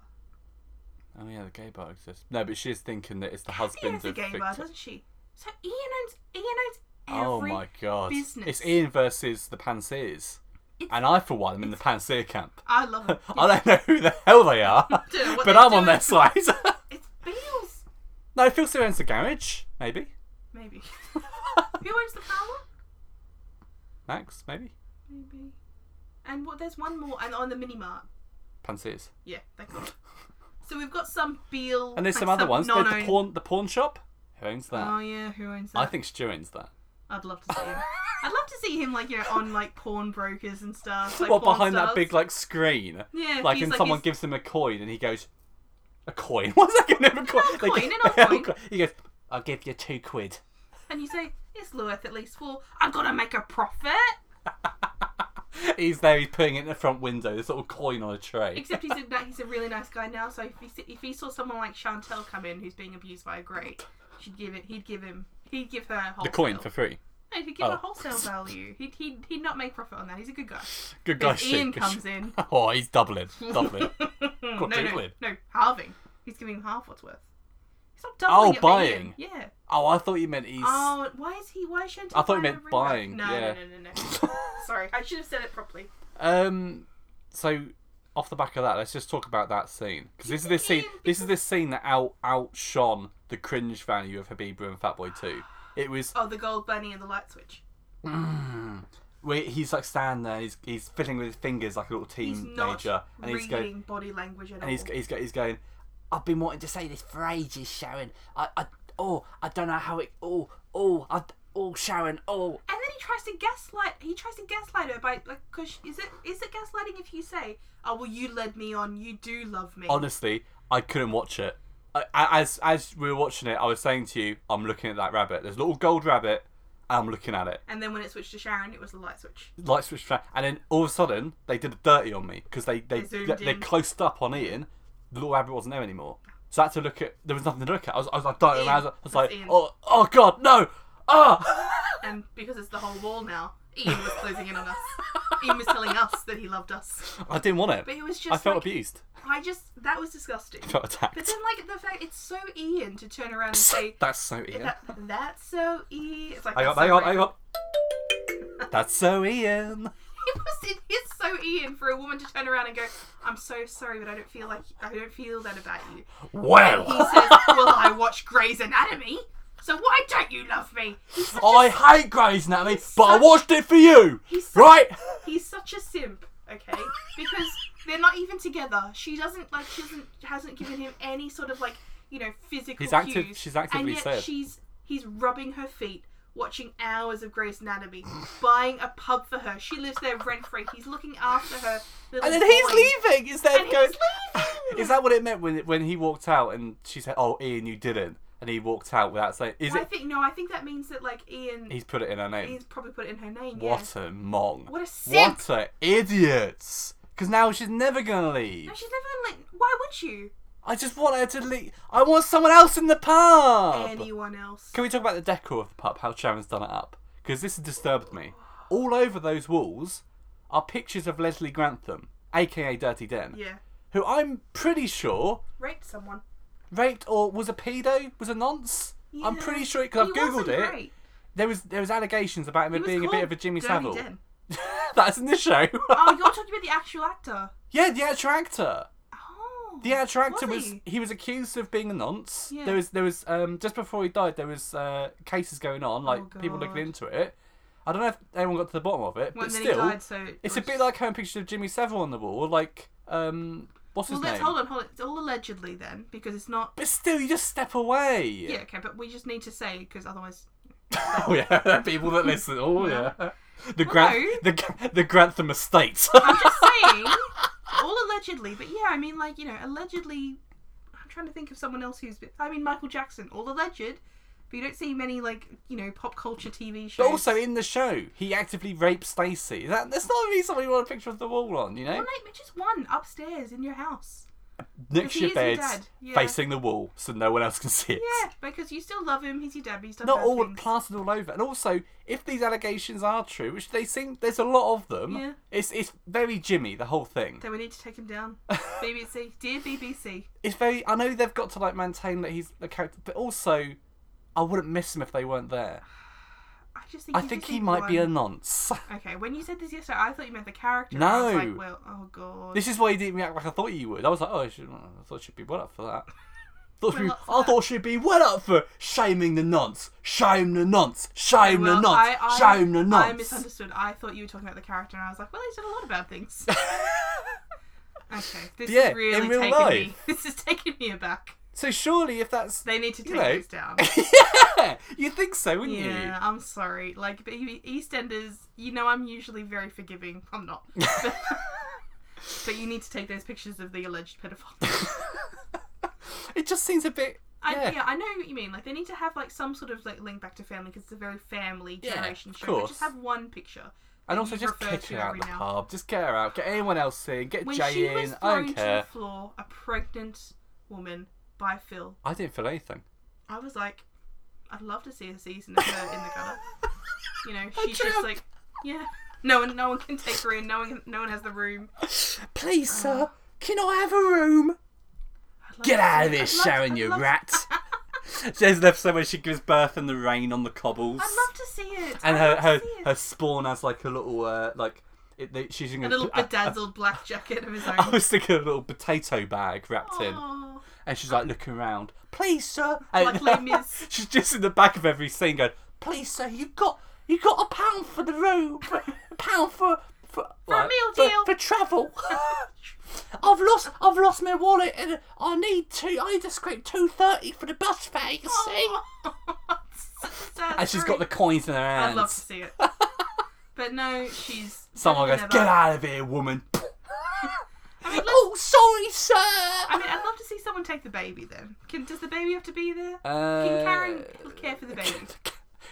oh yeah, the gay bar exists. No, but she's thinking that it's the
Ian
husband
has a
of
gay
Victor.
bar, doesn't she? So Ian owns Ian owns every.
oh my god,
business.
it's Ian versus the Pansiers,
It's-
and I for one am in the Pansier camp.
I love it.
I don't know who the hell they are,
Don't know what
but
they're
I'm on
doing.
their side.
It's Beals,
no, Phil still owns the garage, maybe.
maybe. Who owns the power?
Max, maybe.
Maybe. And what? There's one more, and on the mini mart.
Pansiers,
Yeah, thank God. So we've got some Beal.
and there's
like
some other ones. There's the
non-owned-
pawn, the pawn shop. Who owns that?
Oh yeah, who owns that?
I think Stu owns that.
I'd love to see him. I'd love to see him like you know on like pawnbrokers and stuff. Like
well,
porn
behind that
stars.
big like screen.
Yeah,
Like,
he's
and
like-
someone
he's-
gives him a coin, and he goes, "A coin? What's that going to be a coin?" They
coin,
go-
an old
"Yeah,
coin."
He goes, "I'll give you two quid."
and you say it's worth at least four. I've got to make a profit.
He's there. He's putting it in the front window. This little coin on a tray.
Except he's a he's a really nice guy now. So if he s- if he saw someone like Chantel come in who's being abused by a grey, she'd give it. He'd give him. He'd give her wholesale.
the coin for free.
No, he'd give her
oh.
wholesale value. He'd, he'd he'd not make profit on that. He's a good guy.
Good guy.
If Ian
Sheik.
comes in.
Oh, he's doubling, doubling.
no, no,
Quadrupling.
no, halving. He's giving half what's worth. He's not doubling.
Oh,
it for Ian.
buying.
Yeah.
oh, I thought you meant he's.
Oh, why is he? Why is Chantel?
I thought you
buying
meant
her ring back?
buying,
No,
yeah.
no, no, no, no. Sorry, I should have said it properly.
Um, so off the back of that, let's just talk about that scene because this is this scene. This is this scene that out outshone the cringe value of Habibu and Fatboy Two. It was
Oh, the gold bunny and the light switch.
where he's like standing there, he's he's fiddling with his fingers like a little
He's not
teenager, and he's
reading
going,
body language at all.
and he's he's, go- he's going. I've been wanting to say this for ages, Sharon. I, I oh I don't know how it oh oh I oh Sharon oh
And then he tries to gaslight. He tries to gaslight her by like, cause is it is it gaslighting if you say, "Oh well, you led me on. You do love me."
honestly, I couldn't watch it. I, I- as as we were watching it, I was saying to you, I'm looking at that rabbit. There's a little gold rabbit, and I'm looking at it.
and then when it switched to Sharon, it was the light switch.
Light switch flash, and then all of a sudden they did a dirty on me because they they
They
they,
zoomed
they
in.
closed up on Ian. The little rabbit wasn't there anymore, so I had to look at. There was nothing to look at. I was, I was like, don't. I was, I was like,
Ian.
oh oh god, no, ah.
And because it's the whole wall now, Ian was closing in on us. Ian was telling us that he loved us.
I didn't want it.
But it was just
I felt
like,
abused.
I just that was disgusting.
I felt
But
attacked.
then like the fact it's so Ian to turn around and say
That's so Ian.
that that's so Ian. It's like
hang on,
that's so
hang on,
ra-
hang on. That's so Ian.
E-" It was it is so Ian for a woman to turn around and go, "I'm so sorry, but I don't feel like I don't feel that about you."
Well.
He says, "Well, I watch Grey's Anatomy, so why don't you love me?" He's such,
I hate Grey's Anatomy, but I
such-
watched it for you,
he's such,
right?
He's such a simp, okay? Because they're not even together. She doesn't like. She doesn't hasn't given him any sort of like you know physical.
He's active-
cues,
she's actively
and yet
said.
she's he's rubbing her feet. watching hours of Grey's Anatomy, buying a pub for her. She lives there rent free. He's looking after her. little
And then he's
boy.
leaving. Is that
And
going?
he's leaving.
Is that what it meant when when he walked out and she said, "Oh, Ian, you didn't," and he walked out without saying, "Is
I
it?"
think no. I think that means that like Ian, he's,
He's put it in her name.
probably put it in her name. yeah.
What a mong.
What a simp.
What a idiots. Because now she's never gonna leave.
No, she's never gonna. Let, why would you?
I just want her to leave. I want someone else in the pub.
Anyone else?
Uh, Can we talk about the decor of the pub? How Sharon's done it up? Because this has disturbed me. All over those walls are pictures of Leslie Grantham, aka Dirty Den,
yeah,
who I'm pretty sure
raped someone.
raped or was a pedo, was a nonce. I'm
Yeah.
pretty sure because I've
He
googled
wasn't
it.
great.
There was there was allegations about him
He was
being a bit
called
of a Jimmy
Dirty
Savile.
Den.
That's in the show.
Oh, you're talking about the actual actor.
yeah, the actual actor.
Oh.
The actual actor
Was
was he?
he?
was accused of being a nonce.
Yeah.
There was there was um just before he died there was uh cases going on like
Oh,
people
God.
looking into it. I don't know if anyone got to the bottom of it, but
Well, and then
still,
he died, so it
it's a
was-
bit like having pictures of Jimmy Savile on the wall, like um what's
Well,
his
let's
name?
hold on, hold on. It's all allegedly then, because it's not.
But still, you just step away.
Yeah, okay, but we just need to say because otherwise,
Oh yeah, people that listen. Oh yeah, the
No.
Grant the Gra- the Grantham Estate.
I'm just saying all allegedly. But yeah, I mean, like you know, allegedly. I'm trying to think of someone else who's. Been, I mean, Michael Jackson, all alleged. But you don't see many like you know pop culture TV shows.
But also in the show, he actively rapes Stacy. That that's not really something you want a picture of the wall on, you know.
Well, like, just one upstairs in your house.
Next
If
to your
he is your
bed,
dad, yeah.
facing the wall, so no one else can see it.
Yeah, because you still love him. He's your dad. But he's done
Not
bad
all
things.
plastered all over. And also, if these allegations are true, which they seem, there's a lot of them.
Yeah.
It's it's very Jimmy the whole thing.
Then we need to take him down. BBC, dear BBC.
It's very. I know they've got to like maintain that he's the character, but also, I wouldn't miss him if they weren't there.
I just think.
I
you
think
just
he
need
might be a
one.
nonce.
Okay, when you said this yesterday, I thought you meant the character. and I was
No.
like, well, oh god.
This is why you didn't react like I thought you would. I was like, oh, I, should, I thought she'd be well up for that. Thought she'd be-
up for
I
that.
thought she'd be well up for shaming the nonce, shame the nonce, shame
well,
the nonce, shame the
I
nonce.
misunderstood. I thought you were talking about the character, and I was like, well, he's done a lot of bad things. okay, this
Yeah,
is really
in real
taking me.
life.
This is taking me aback.
so surely, if that's
They need to take
You know.
this down.
yeah, you think so, wouldn't
Yeah, I'm sorry. Like, but you- EastEnders, you know, I'm usually very forgiving. I'm not. But, but you need to take those pictures of the alleged pedophile.
you? It just seems a bit.
I,
yeah.
yeah. I know what you mean. Like, they need to have like some sort of like link back to family because it's a very family
Yeah,
generation
of
show. But
course.
just have one picture.
And
that
also,
you
just
refer
kick
to
her out
every
the
now-
pub. Just get her out. Get anyone else in. Get
When she
Jay
was
in. I
thrown
don't
to
care.
the floor, a pregnant woman by Phil,
I didn't feel anything.
I was like, I'd love to see a season of her in the gutter. You know, she's just
tramp.
like, yeah. No one, no one can take her in. No one, no one has the room.
Please, sir, can I have a room?
I'd love
Uh. Get
to see
out of
it.
this,
I'd love-
Sharon,
I'd
you
love-
rat. There's an episode where she gives birth in the rain on the cobbles,
I'd love to see it.
and
I'd
her
love to
her,
see it.
her spawn has like a little uh, like it, they, she's in
a little
I- I-
bedazzled black jacket of his own.
uh, I was thinking of a little potato bag wrapped in,
Aw.
and she's like looking around. Please, sir.
Like Les Mis.
she's just in the back of every scene going, "Please, sir, you got you got a pound for the room, a pound for for,
a
like,
meal
for-
deal."
for travel." I've lost I've lost my wallet and I need to I need to scrape two thirty for the bus fare, you
Oh,
see.
Sad
And she's got the
story.
coins in her
I'd love to
hands.
see it. But no, she's.
Someone goes,
better than
Get
ever.
out of here, woman.
I mean, let's-
oh sorry, sir
I mean, I'd love to see someone take the baby then. Can, does the baby have to be there?
Uh,
Can Karen care for the baby?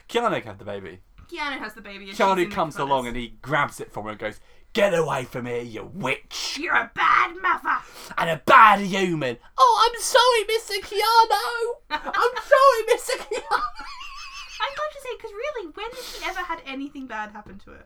Keanu had the baby.
Keanu has the baby. and she's in
Keanu
the
comes
colours.
along and he grabs it from her and goes, Get away from here, you witch
You're a bad mother!
and a bad human. Oh, I'm sorry, Mr. Keanu. I'm sorry, Mr. Keanu.
I'd love to see, because really, when has she ever had anything bad happen to her?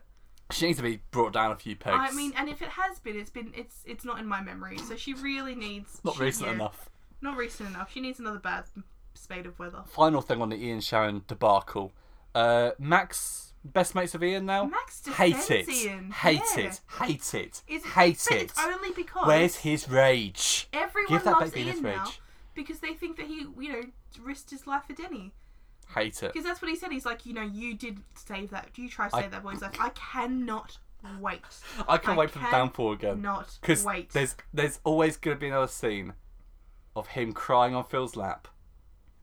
She needs to be brought down a few pegs.
I mean, and if it has been, it's been it's it's not in my memory. So she really needs
not
she-
recent
yeah,
enough.
Not recent enough. She needs another bad spade of weather.
Final thing on the Ian Sharon debacle. Uh, Max, best mates of Ian now.
Max
hate it.
defends Ian,
Hate
yeah.
it. Hate it.
It's,
hate
but
it.
it's only because
Where's his rage?
everyone
Give that
loves
baby
Ian
this
now
rage.
because they think that he you know risked his life for Denny
Hate it.
because that's what he said. He's like you know you did save that. You try to
I-
save that boy. He's like I cannot wait.
I can't wait for the
can
downfall again.
Not
Because
wait.
there's there's always going to be another scene of him crying on Phil's lap.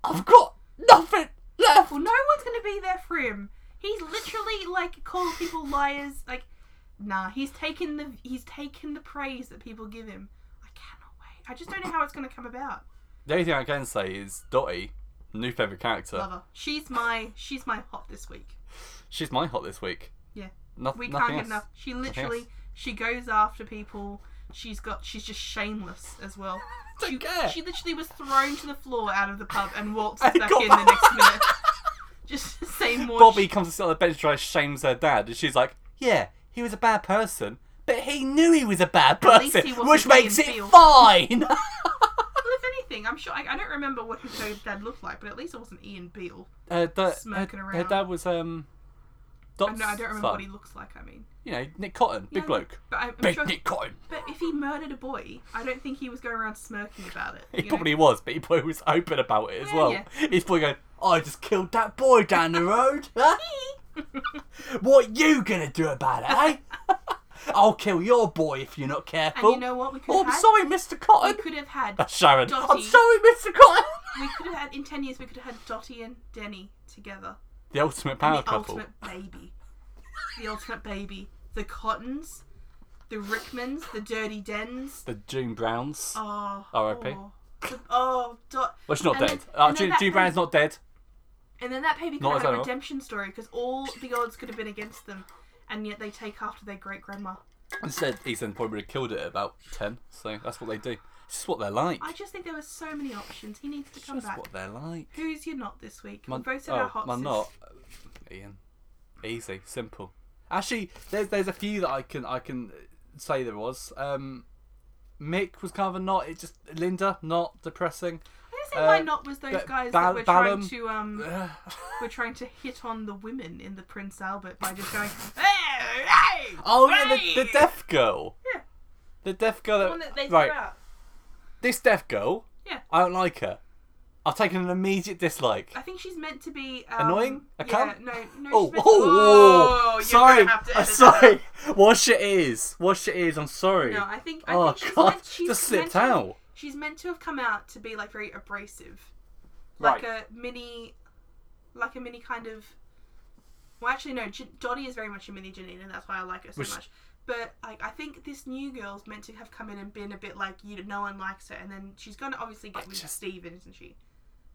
I've got nothing
left.
Well, no one's gonna be there for him. He's literally like calling people liars. Like, nah, he's taken the he's taken the praise that people give him. I cannot wait. I just don't know how it's gonna come about.
The only thing I can say is Dottie, new favourite character.
Love her. She's my she's my hot this week.
She's my hot this week.
Yeah.
No-
We
nothing
can't get
else.
enough. She
Nothing
literally
else.
she goes after people. She's got she's just shameless as well.
Don't
she,
care.
she literally was thrown to the floor out of the pub and waltzed
And
back
got
in the
back.
next minute. Just to say more.
Bobby comes to sit on the bench and shames her dad, and she's like, "Yeah, he was a bad person, but he knew he was a bad
least
person,
he wasn't
which
being
makes it
feel."
fine."
Well, if anything, I'm sure I, I don't remember what his own dad looked like, but at least it wasn't Ian Beale.
Uh, her, da-
Smoking
her- her
around.
dad was um,
I
Dot's
know I don't remember
son.
what he looks like. I mean,
You know, Nick Cotton, big
Yeah,
bloke,
But I'm, I'm
big
sure,
Nick Cotton.
but if he murdered a boy, I don't think he was going around smirking about it.
He
you know?
probably was, but he probably was open about it as
Yeah,
well.
yeah.
He's probably going, "I just killed that boy down the road. what you gonna do about it, eh? I'll kill your boy if you're not
And
careful."
you know what? We could
oh,
have
I'm
had.
sorry, Mr. Cotton.
We could have had.
That's Sharon. I'm
Dotty.
sorry, Mr. Cotton.
We could have had in ten years. We could have had Dottie and Denny together.
The ultimate power
the
couple.
ultimate baby. The ultimate baby. The Cottons, the Rickmans, the Dirty Dens.
The June Browns.
Oh.
R.I.P..
Oh, The- oh, Dot.
well, she's not
and
dead.
then-
Uh,
and then
June,
that
June Brown's not dead.
And then that baby could
Not
have
as I
had a
know of.
redemption story because all the odds could have been against them, and yet they take after their great grandma.
Instead, Ethan probably would have killed it at about 10, so that's what they do. This is what they're like.
I just think there were so many options. He needs to come
That's
back.
what they're like.
Who's your not this week?
My-
we both said
oh,
our hot.
my
sis.
not. uh, Ian. Easy, simple. Actually, there's there's a few that I can I can say there was. Um, Mick was kind of a not. It just Linda not depressing.
I just think my
Uh,
not was those
Ba-
guys
Bal-
that were
Balam.
trying to um were trying to hit on the women in the Prince Albert by just going. Hey, hey,
Oh yeah,
hey!"
the, the deaf girl.
Yeah.
The deaf girl.
The
That,
one that they threw
right,
out.
this deaf girl.
Yeah.
I don't like her. I've taken an immediate dislike.
I think she's meant to be um,
Annoying? A
yeah,
cunt?
no, no.
Oh,
she's meant to-
oh,
Whoa, you're
sorry,
gonna have to
I'm
edit that out.
sorry. Wash your ears, wash your ears. I'm sorry.
No, I think I
oh
think she's
god,
meant, she's
just
meant
slipped
to,
out.
She's meant to have come out to be like very abrasive, like a mini, like a mini kind of. Well, actually, no. J- Dottie is very much a mini Janine, and that's why I like her so
Which-
much. But like, I think this new girl's meant to have come in and been a bit like you. No one likes her, and then she's gonna obviously get with
just-
Steven, isn't she?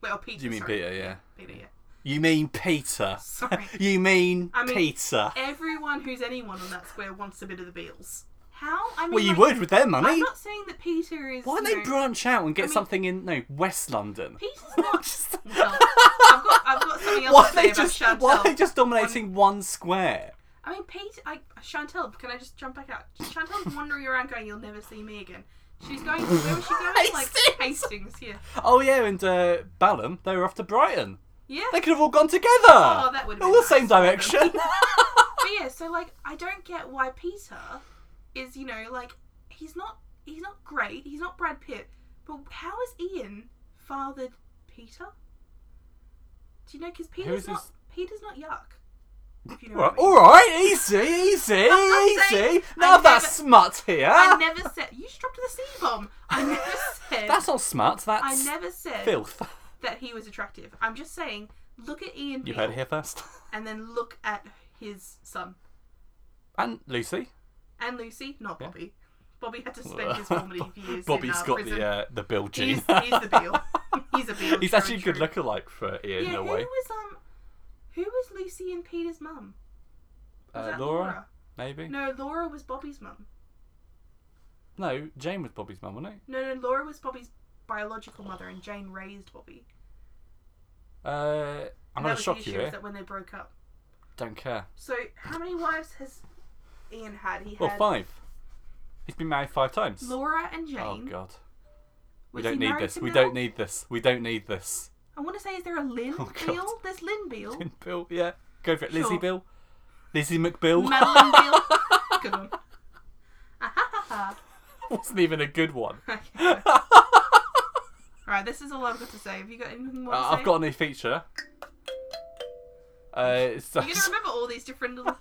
Well, Peter.
You mean
sorry.
Peter, yeah.
Peter, yeah.
You mean Peter?
Sorry.
you mean,
I mean-
Peter?
Everyone who's anyone on that square wants a bit of the Beals. How? I mean,
Well, you
like,
would with their money.
I'm not saying that Peter is.
Why don't
you
they
know-
branch out and get
mean-
something in no West London?
Peter's not.
Just-
Well, I've got, I've got something else
why are
to say
they
about
just
Chantel.
why are they just dominating one square?
I mean, Peter, I, Chantel, can I just jump back out? Chantel's wandering around going, "You'll never see me again." She's going. To, where was she going? like Hastings. Yeah.
Oh yeah, and uh, Balham, they were off to Brighton.
Yeah.
They could have all gone together.
oh, that would.
all the same direction.
But yeah, so like, I don't get why Peter is, you know, like he's not, he's not great. He's not Brad Pitt. But how is Ian fathered Peter? Do you know? Because Peter's
is
not.
this?
Peter's not yuck. If you know
Right,
what I mean.
all right, easy, easy, easy.
saying-
Now
I
that
never-
smut here.
I never said you just dropped the C bomb. I never said
That's not smut. That's
I never said
filth.
that he was attractive. I'm just saying look at Ian
You
Beale
heard it here first.
and then look at his son.
And Lucy.
And Lucy, not Bobby. Bobby had to spend his formative years.
Bobby's
in, uh,
got
prison.
the uh, the Bill gene.
he's, he's the Beale. He's a Beale.
He's
true
actually a
and
good
true.
lookalike for Ian
Yeah,
in a
who
way.
was um who was Lucy and Peter's mum? Was
Uh,
that
Laura, maybe. No.
No, Laura was Bobby's mum.
Jane was Bobby's mum, wasn't
No, no, Laura was Bobby's biological mother and Jane raised Bobby.
it? Uh, I'm
And that
gonna
was the
shock
issue
you here.
is that when they broke up.
Don't care.
So how many wives has Ian had? He
Well,
had
five. He's been married five times.
Laura and Jane.
oh God. We
Was he
don't need
married
this.
to
We
Bill?
don't need this. We don't need this.
I want to say, is there a Lynn
Oh, God.
Beale? There's Lynn Beale.
Bill, yeah. Go for it. Lizzie
Sure.
Bill. Lizzie McBill.
Madeline Beale. Good one. Ah, Ah-ha-ha-ha.
Wasn't even a good one.
Okay. right, this is all I've got to say. Have you got anything more to
Uh,
say?
I've got a new feature. Uh, so,
You're gonna remember all these different little.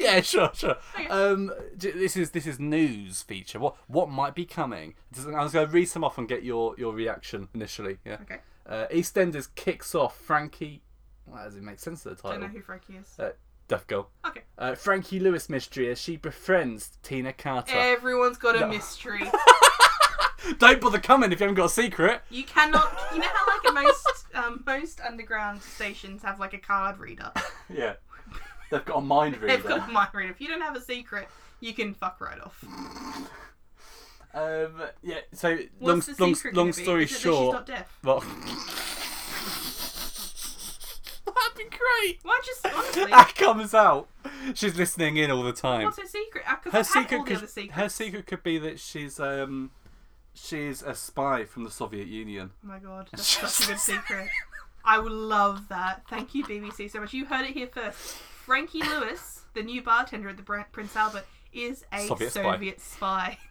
yeah, sure, sure.
Okay.
Um, j- this is this is news feature. What what might be coming? Just- I was going to read some off and get your your reaction initially. Yeah.
Okay.
Uh, EastEnders kicks off Frankie Well, that doesn't make sense of the
Don't know
title.
who Frankie is.
Uh, Deaf Girl.
Okay.
Uh, Frankie Lewis mystery as she befriends Tina Carter.
Everyone's got a
No.
mystery.
Don't bother coming if you haven't got a secret.
You cannot. You know how like at most um, most underground stations have like a card reader.
Yeah. They've got a mind
They've
reader.
got a mind reader. If you don't have a secret, you can fuck right off.
Um, yeah, so
What's the
long, long,
secret
long
gonna be?
story
Is it that
short.
she's not deaf.
Well, that'd be great.
Why just honestly?
That comes out. She's listening in all the time.
What's her secret? Uh, 'cause
Her
I've had all
secret,
the other
could,
secrets.
her secret could be that she's um, she's a spy from the Soviet Union.
Oh my god, that's such a good secret. I would love that. Thank you, BBC, so much. You heard it here first. Frankie Lewis, the new bartender at the Br- Prince Albert, is a
Soviet
Soviet,
spy.
spy.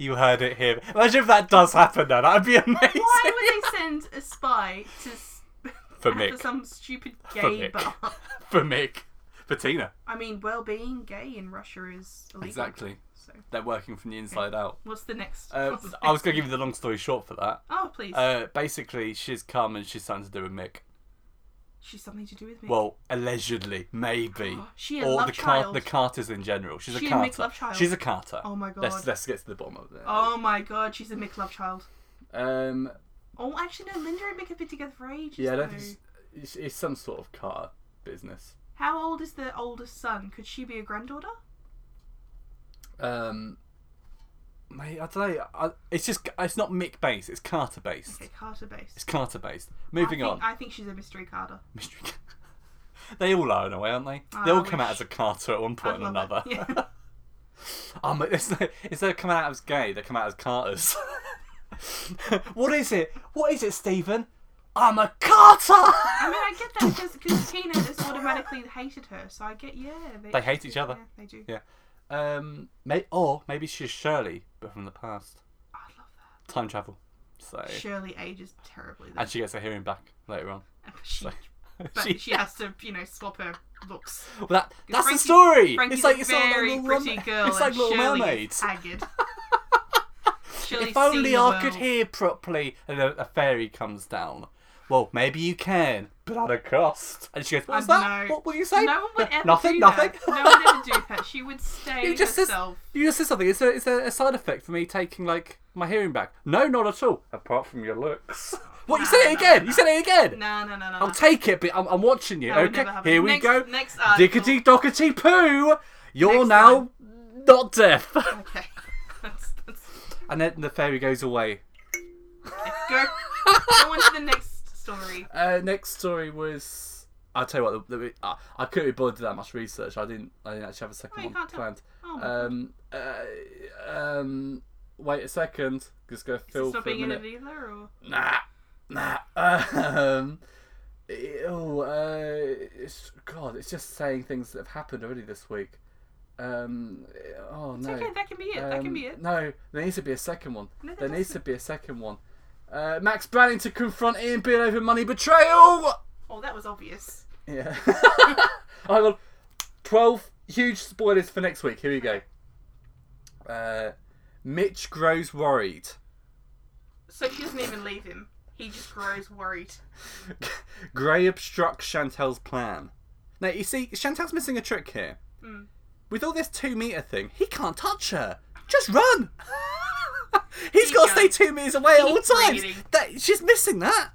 You heard it here. Imagine if that does happen. Then that'd be amazing
Why would they send a spy to s-
for
to
Mick,
some stupid gay
Mick.
bar?
for Mick, for Tina.
I mean, well, being gay in Russia is illegal.
Exactly.
So,
They're working from the inside out.
what's the next?
Uh,
what's the
I was going to
next
give
thing?
you the long story short for that.
Oh, please.
Uh, basically, she's come and she's something to do with Mick.
She's something to do with me.
Well, allegedly, maybe.
She a
or
love
the
child.
the Carters in general. She's
She
a
a
Carter.
McLove child.
She's a Carter.
Oh my
Let's
God.
let's get to the bottom of it.
oh my god, she's a Mick love child.
Um.
Oh, actually, no, Linda and Mick have been together for ages.
Yeah, I
though.
don't think it's, it's, it's some sort of car business.
How old is the oldest son? Could she be a granddaughter?
Um. Mate, I don't know. I, it's just it's not Mick based. It's Carter based.
Okay, Carter
It's
based.
Carter based.
I
Moving
think,
on.
I think she's a mystery Carter.
Mystery. Car- they all are in a way, aren't they?
Oh, I
they all come out
wish.
as a Carter at one point
I'd
or
love
another.
it. Yeah.
Oh, mate, it's like, instead of coming out as gay, they come out as Carters. what is it? What is it, Stephen? I'm a Carter!
I mean, I get that because Tina has automatically hated her, so I get yeah. They,
They hate each other.
Yeah, they do.
Yeah. Um, may, or maybe she's Shirley, but from the past.
I love that.
Time travel. So,
Shirley ages terribly. Though.
and she gets her hearing back later on.
she, but
she-
she, has to, you know, swap her looks.
Well, that, that's
Frankie-
the story.
Frankie's
it's like
a
it's like
very
Little
pretty
Mermaid-
girl.
It's like
and
Little
Shirley is
Mermaid.
Haggard. Shirley's
If only
seen
I
the
could
world.
hear properly, and a, a fairy comes down. Well, maybe you can, but at a cost. And she goes, "What's
I
that?
know.
What will you say?
No one would ever
nothing.
do
nothing.
that. No one would ever do that. She would stay
you just said,
herself.
you just said something. It's a it's a, a side effect for me taking like my hearing back. No, not at all. Apart from your looks. What you
Nah,
said it
nah,
again. You said it again.
No, no, no, no.
I'll take it, but I'm, I'm watching you.
That would
okay,
never happen.
here we
Next-
go.
next article.
Dickety dockety poo. You're
Next
now not deaf.
Okay. That's, that's...
and then the fairy goes away.
Go. go on to the next story.
Uh, next story was. I'll tell you what. The, the, I, I couldn't be bothered to do that much research. I didn't. I didn't actually have a second
Oh, you
one
can't tell.
planned.
Oh my god.
Um, uh, um, wait a second. Just go
Is
fill
this
for
not
a
being in it
minute.
either, or
Nah, nah. Um, ew, uh, it's, God, it's just saying things that have happened already this week. Um, oh
it's
no.
okay. That can be it. that
Um,
can be it.
No, there needs to be a second one.
No, there
there needs to
doesn't.
be a second one. Uh, Max Browning to confront Ian Beale over money betrayal.
Oh, that was obvious.
Yeah. I got twelve huge spoilers for next week. Here we go. Uh, Mitch grows worried.
So she doesn't even leave him. He just grows worried.
Gray obstructs Chantel's plan. Now you see, Chantel's missing a trick here.
Mm.
With all this two meter thing, he can't touch her. Just run. He's got to stay
going.
two meters away at
Keep
all times.
breathing.
That she's missing that.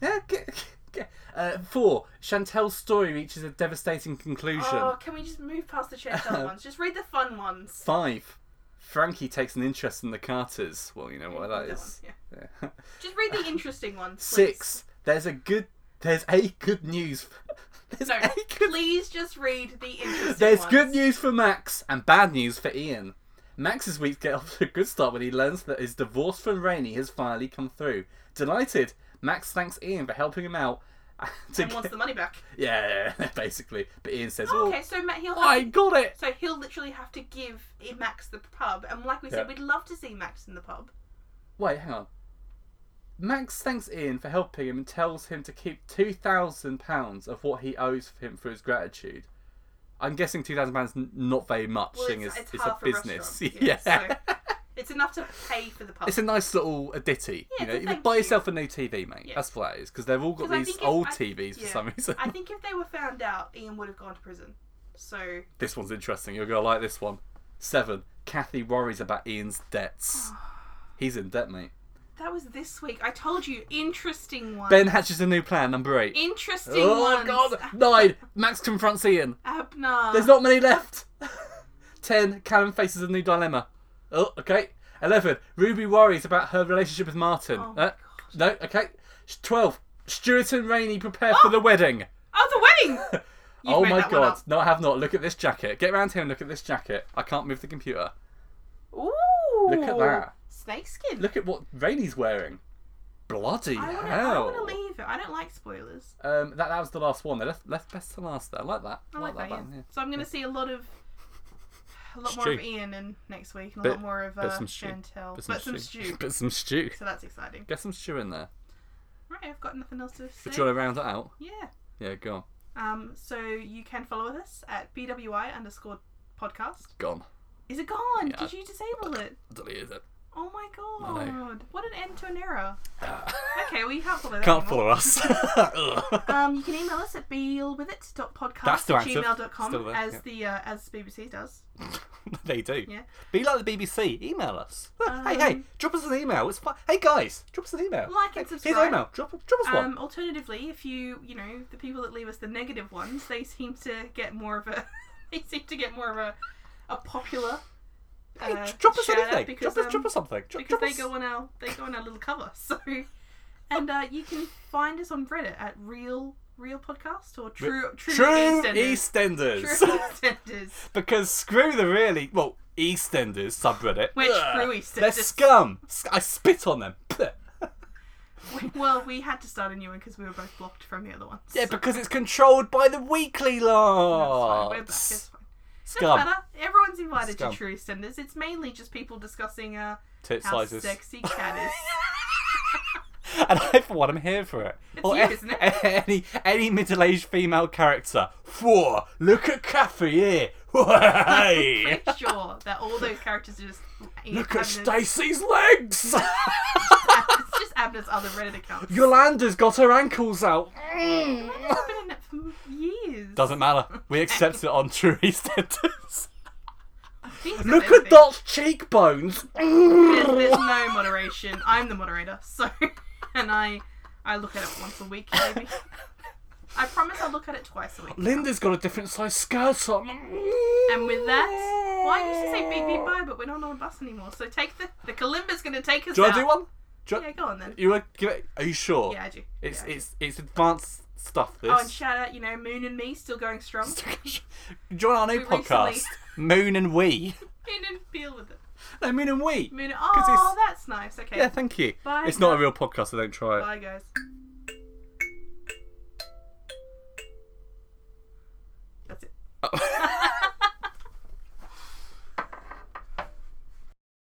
Yeah. Get, get. Uh, four. Chantel's story reaches a devastating conclusion.
Oh, can we just move past the Chantel ones? Just read the fun ones.
Five. Frankie takes an interest in the Carters. Well, you know what that
That
is.
one, yeah.
Yeah.
Just read the interesting ones.
Six. There's a good. There's a good news.
please.
There's
No,
a good.
please just read the interesting
There's
ones.
good news for Max and bad news for Ian. Max's week gets off to a good start when he learns that his divorce from Rainey has finally come through. Delighted, Max thanks Ian for helping him out. to
And wants
get-
the money back.
yeah, basically. But Ian says, "Oh,
Okay, so Matt, he'll have
I got it."
So he'll literally have to give Max the pub, and like we said,
Yeah.
we'd love to see Max in the pub.
Wait, hang on. Max thanks Ian for helping him and tells him to keep two thousand pounds of what he owes him for his gratitude. I'm guessing two thousand pounds not very much,
Well,
seeing
it's,
as
it's
it's
half
a business.
restaurant, yeah, so It's enough to pay for the pub.
It's a nice little a ditty.
Yeah, it's
you
a
know,
thank
buy
you.
yourself a new TV, mate.
Yeah.
That's what that is. Because they've all got
'Cause I
these
think if-
old
I-
TVs for
yeah.
some reason.
I think if they were found out, Ian would have gone to prison. So
This one's interesting. You're gonna like this one. Seven. Kathy worries about Ian's debts. He's in debt, mate.
that was this week. I told you, interesting one.
Ben hatches a new plan. Number eight.
interesting
Oh my
ones.
god! Nine. Max confronts Ian.
Abner.
There's not many left. Ten. Callum faces a new dilemma. Oh, okay. Eleven. Ruby worries about her relationship with Martin.
Oh my
Uh, no, okay. Twelve. Stuart and Rainey prepare for the wedding.
Oh, the wedding. You've
oh
made
my
that one
god!
up.
No, I have not. Look at this jacket. Get round here and look at this jacket. I can't move the computer.
Ooh.
Look at that.
Snakeskin.
Look at what Rainey's wearing. Bloody
I wanna, I
hell!
wanna leave it. I don't like spoilers.
Um, that, that was the last one. They left, left best to last. There, I like that.
I like, that.
one,
yeah.
yeah.
So I'm gonna see a lot of a lot more
Stew.
of Ian and next week, and a
Bit-
lot more of
bit
uh,
some stew.
Chantel,
Put
but some stew.
Put some stew.
So that's exciting.
Get some stew in there.
Right, I've got nothing else to say.
But you want to round it out?
Yeah.
Yeah, go on.
Um. So you can follow us at bwi underscore podcast.
Gone.
Is it gone?
Yeah.
Did you disable it?
Deleted it.
Oh my
I
god!
know.
What an end to an era. okay, well you can't follow that.
Can't
anymore.
follow us. Ugh.
Um, you can email us at
That's still active. Still
bealwithit.podcast@gmail.com
there,
as
yeah.
the uh, as BBC does.
they do.
Yeah.
Be like the BBC. Email us. hey, hey,
Um,
drop us an email. It's fun. Hey guys, drop us an email.
Like and
Hey, here's
subscribe.
our email. Drop, drop us one.
Um, alternatively, if you you know the people that leave us the negative ones, they seem to get more of a they seem to get more of a a popular.
Hey,
uh,
drop us
shout out
anything.
because,
drop us, drop
um,
us something. Drop,
because
drop
they
us.
go on our they go on our little cover. So, and uh, you can find us on Reddit at real real podcast or true true,
True
EastEnders.
EastEnders.
True EastEnders.
Because screw the really well EastEnders subreddit.
We're
Ugh.
true EastEnders.
They're scum. Sc- I spit on them.
We- well, we had to start a new one because we were both blocked from the other ones.
yeah, because it's controlled by the weekly
That's fine.
lot.
We're back. It's fine. Doesn't
Scum.
matter. Everyone's invited
Scum.
to True EastEnders. It's mainly just people discussing uh,
Tit
how
sizes.
sexy cat is.
And I, for one, am here for it.
you,
a-
isn't it?
Any any middle-aged female character. Whoa! Look at Kathy here. Hey!
Pretty sure that all those characters are just
Look at
Abner's-
Stacey's legs.
It's just Abner's other Reddit account.
Yolanda's got her ankles out.
I've been in it for years.
Doesn't matter. We accept it on True EastEnders.
Thinks of
Look at
everything.
Dot's cheekbones.
There's, there's no moderation. I'm the moderator, so and I I look at it once a week maybe. I promise I'll look at it twice a week.
Linda's got a different size skirt on.
And with that, why I used to say beep beep bye, but we're not on a bus anymore. So take the the Kalimba's gonna take us
Do you want
out.
to do one? Do you,
Yeah, go on then.
you want to give it? Are you sure?
Yeah, I do.
It's
Yeah, I do.
it's it's advanced stuff. This.
Oh, and shout out, you know, Moon and me still going strong.
Join our new
We
podcast, Moon and We.
Moon and feel with it.
No, Moon and We.
Moon.
it's-
Oh, that's nice. Okay.
Yeah, thank you.
Bye,
it's not a
guys.
real podcast, so don't try it.
Bye, guys.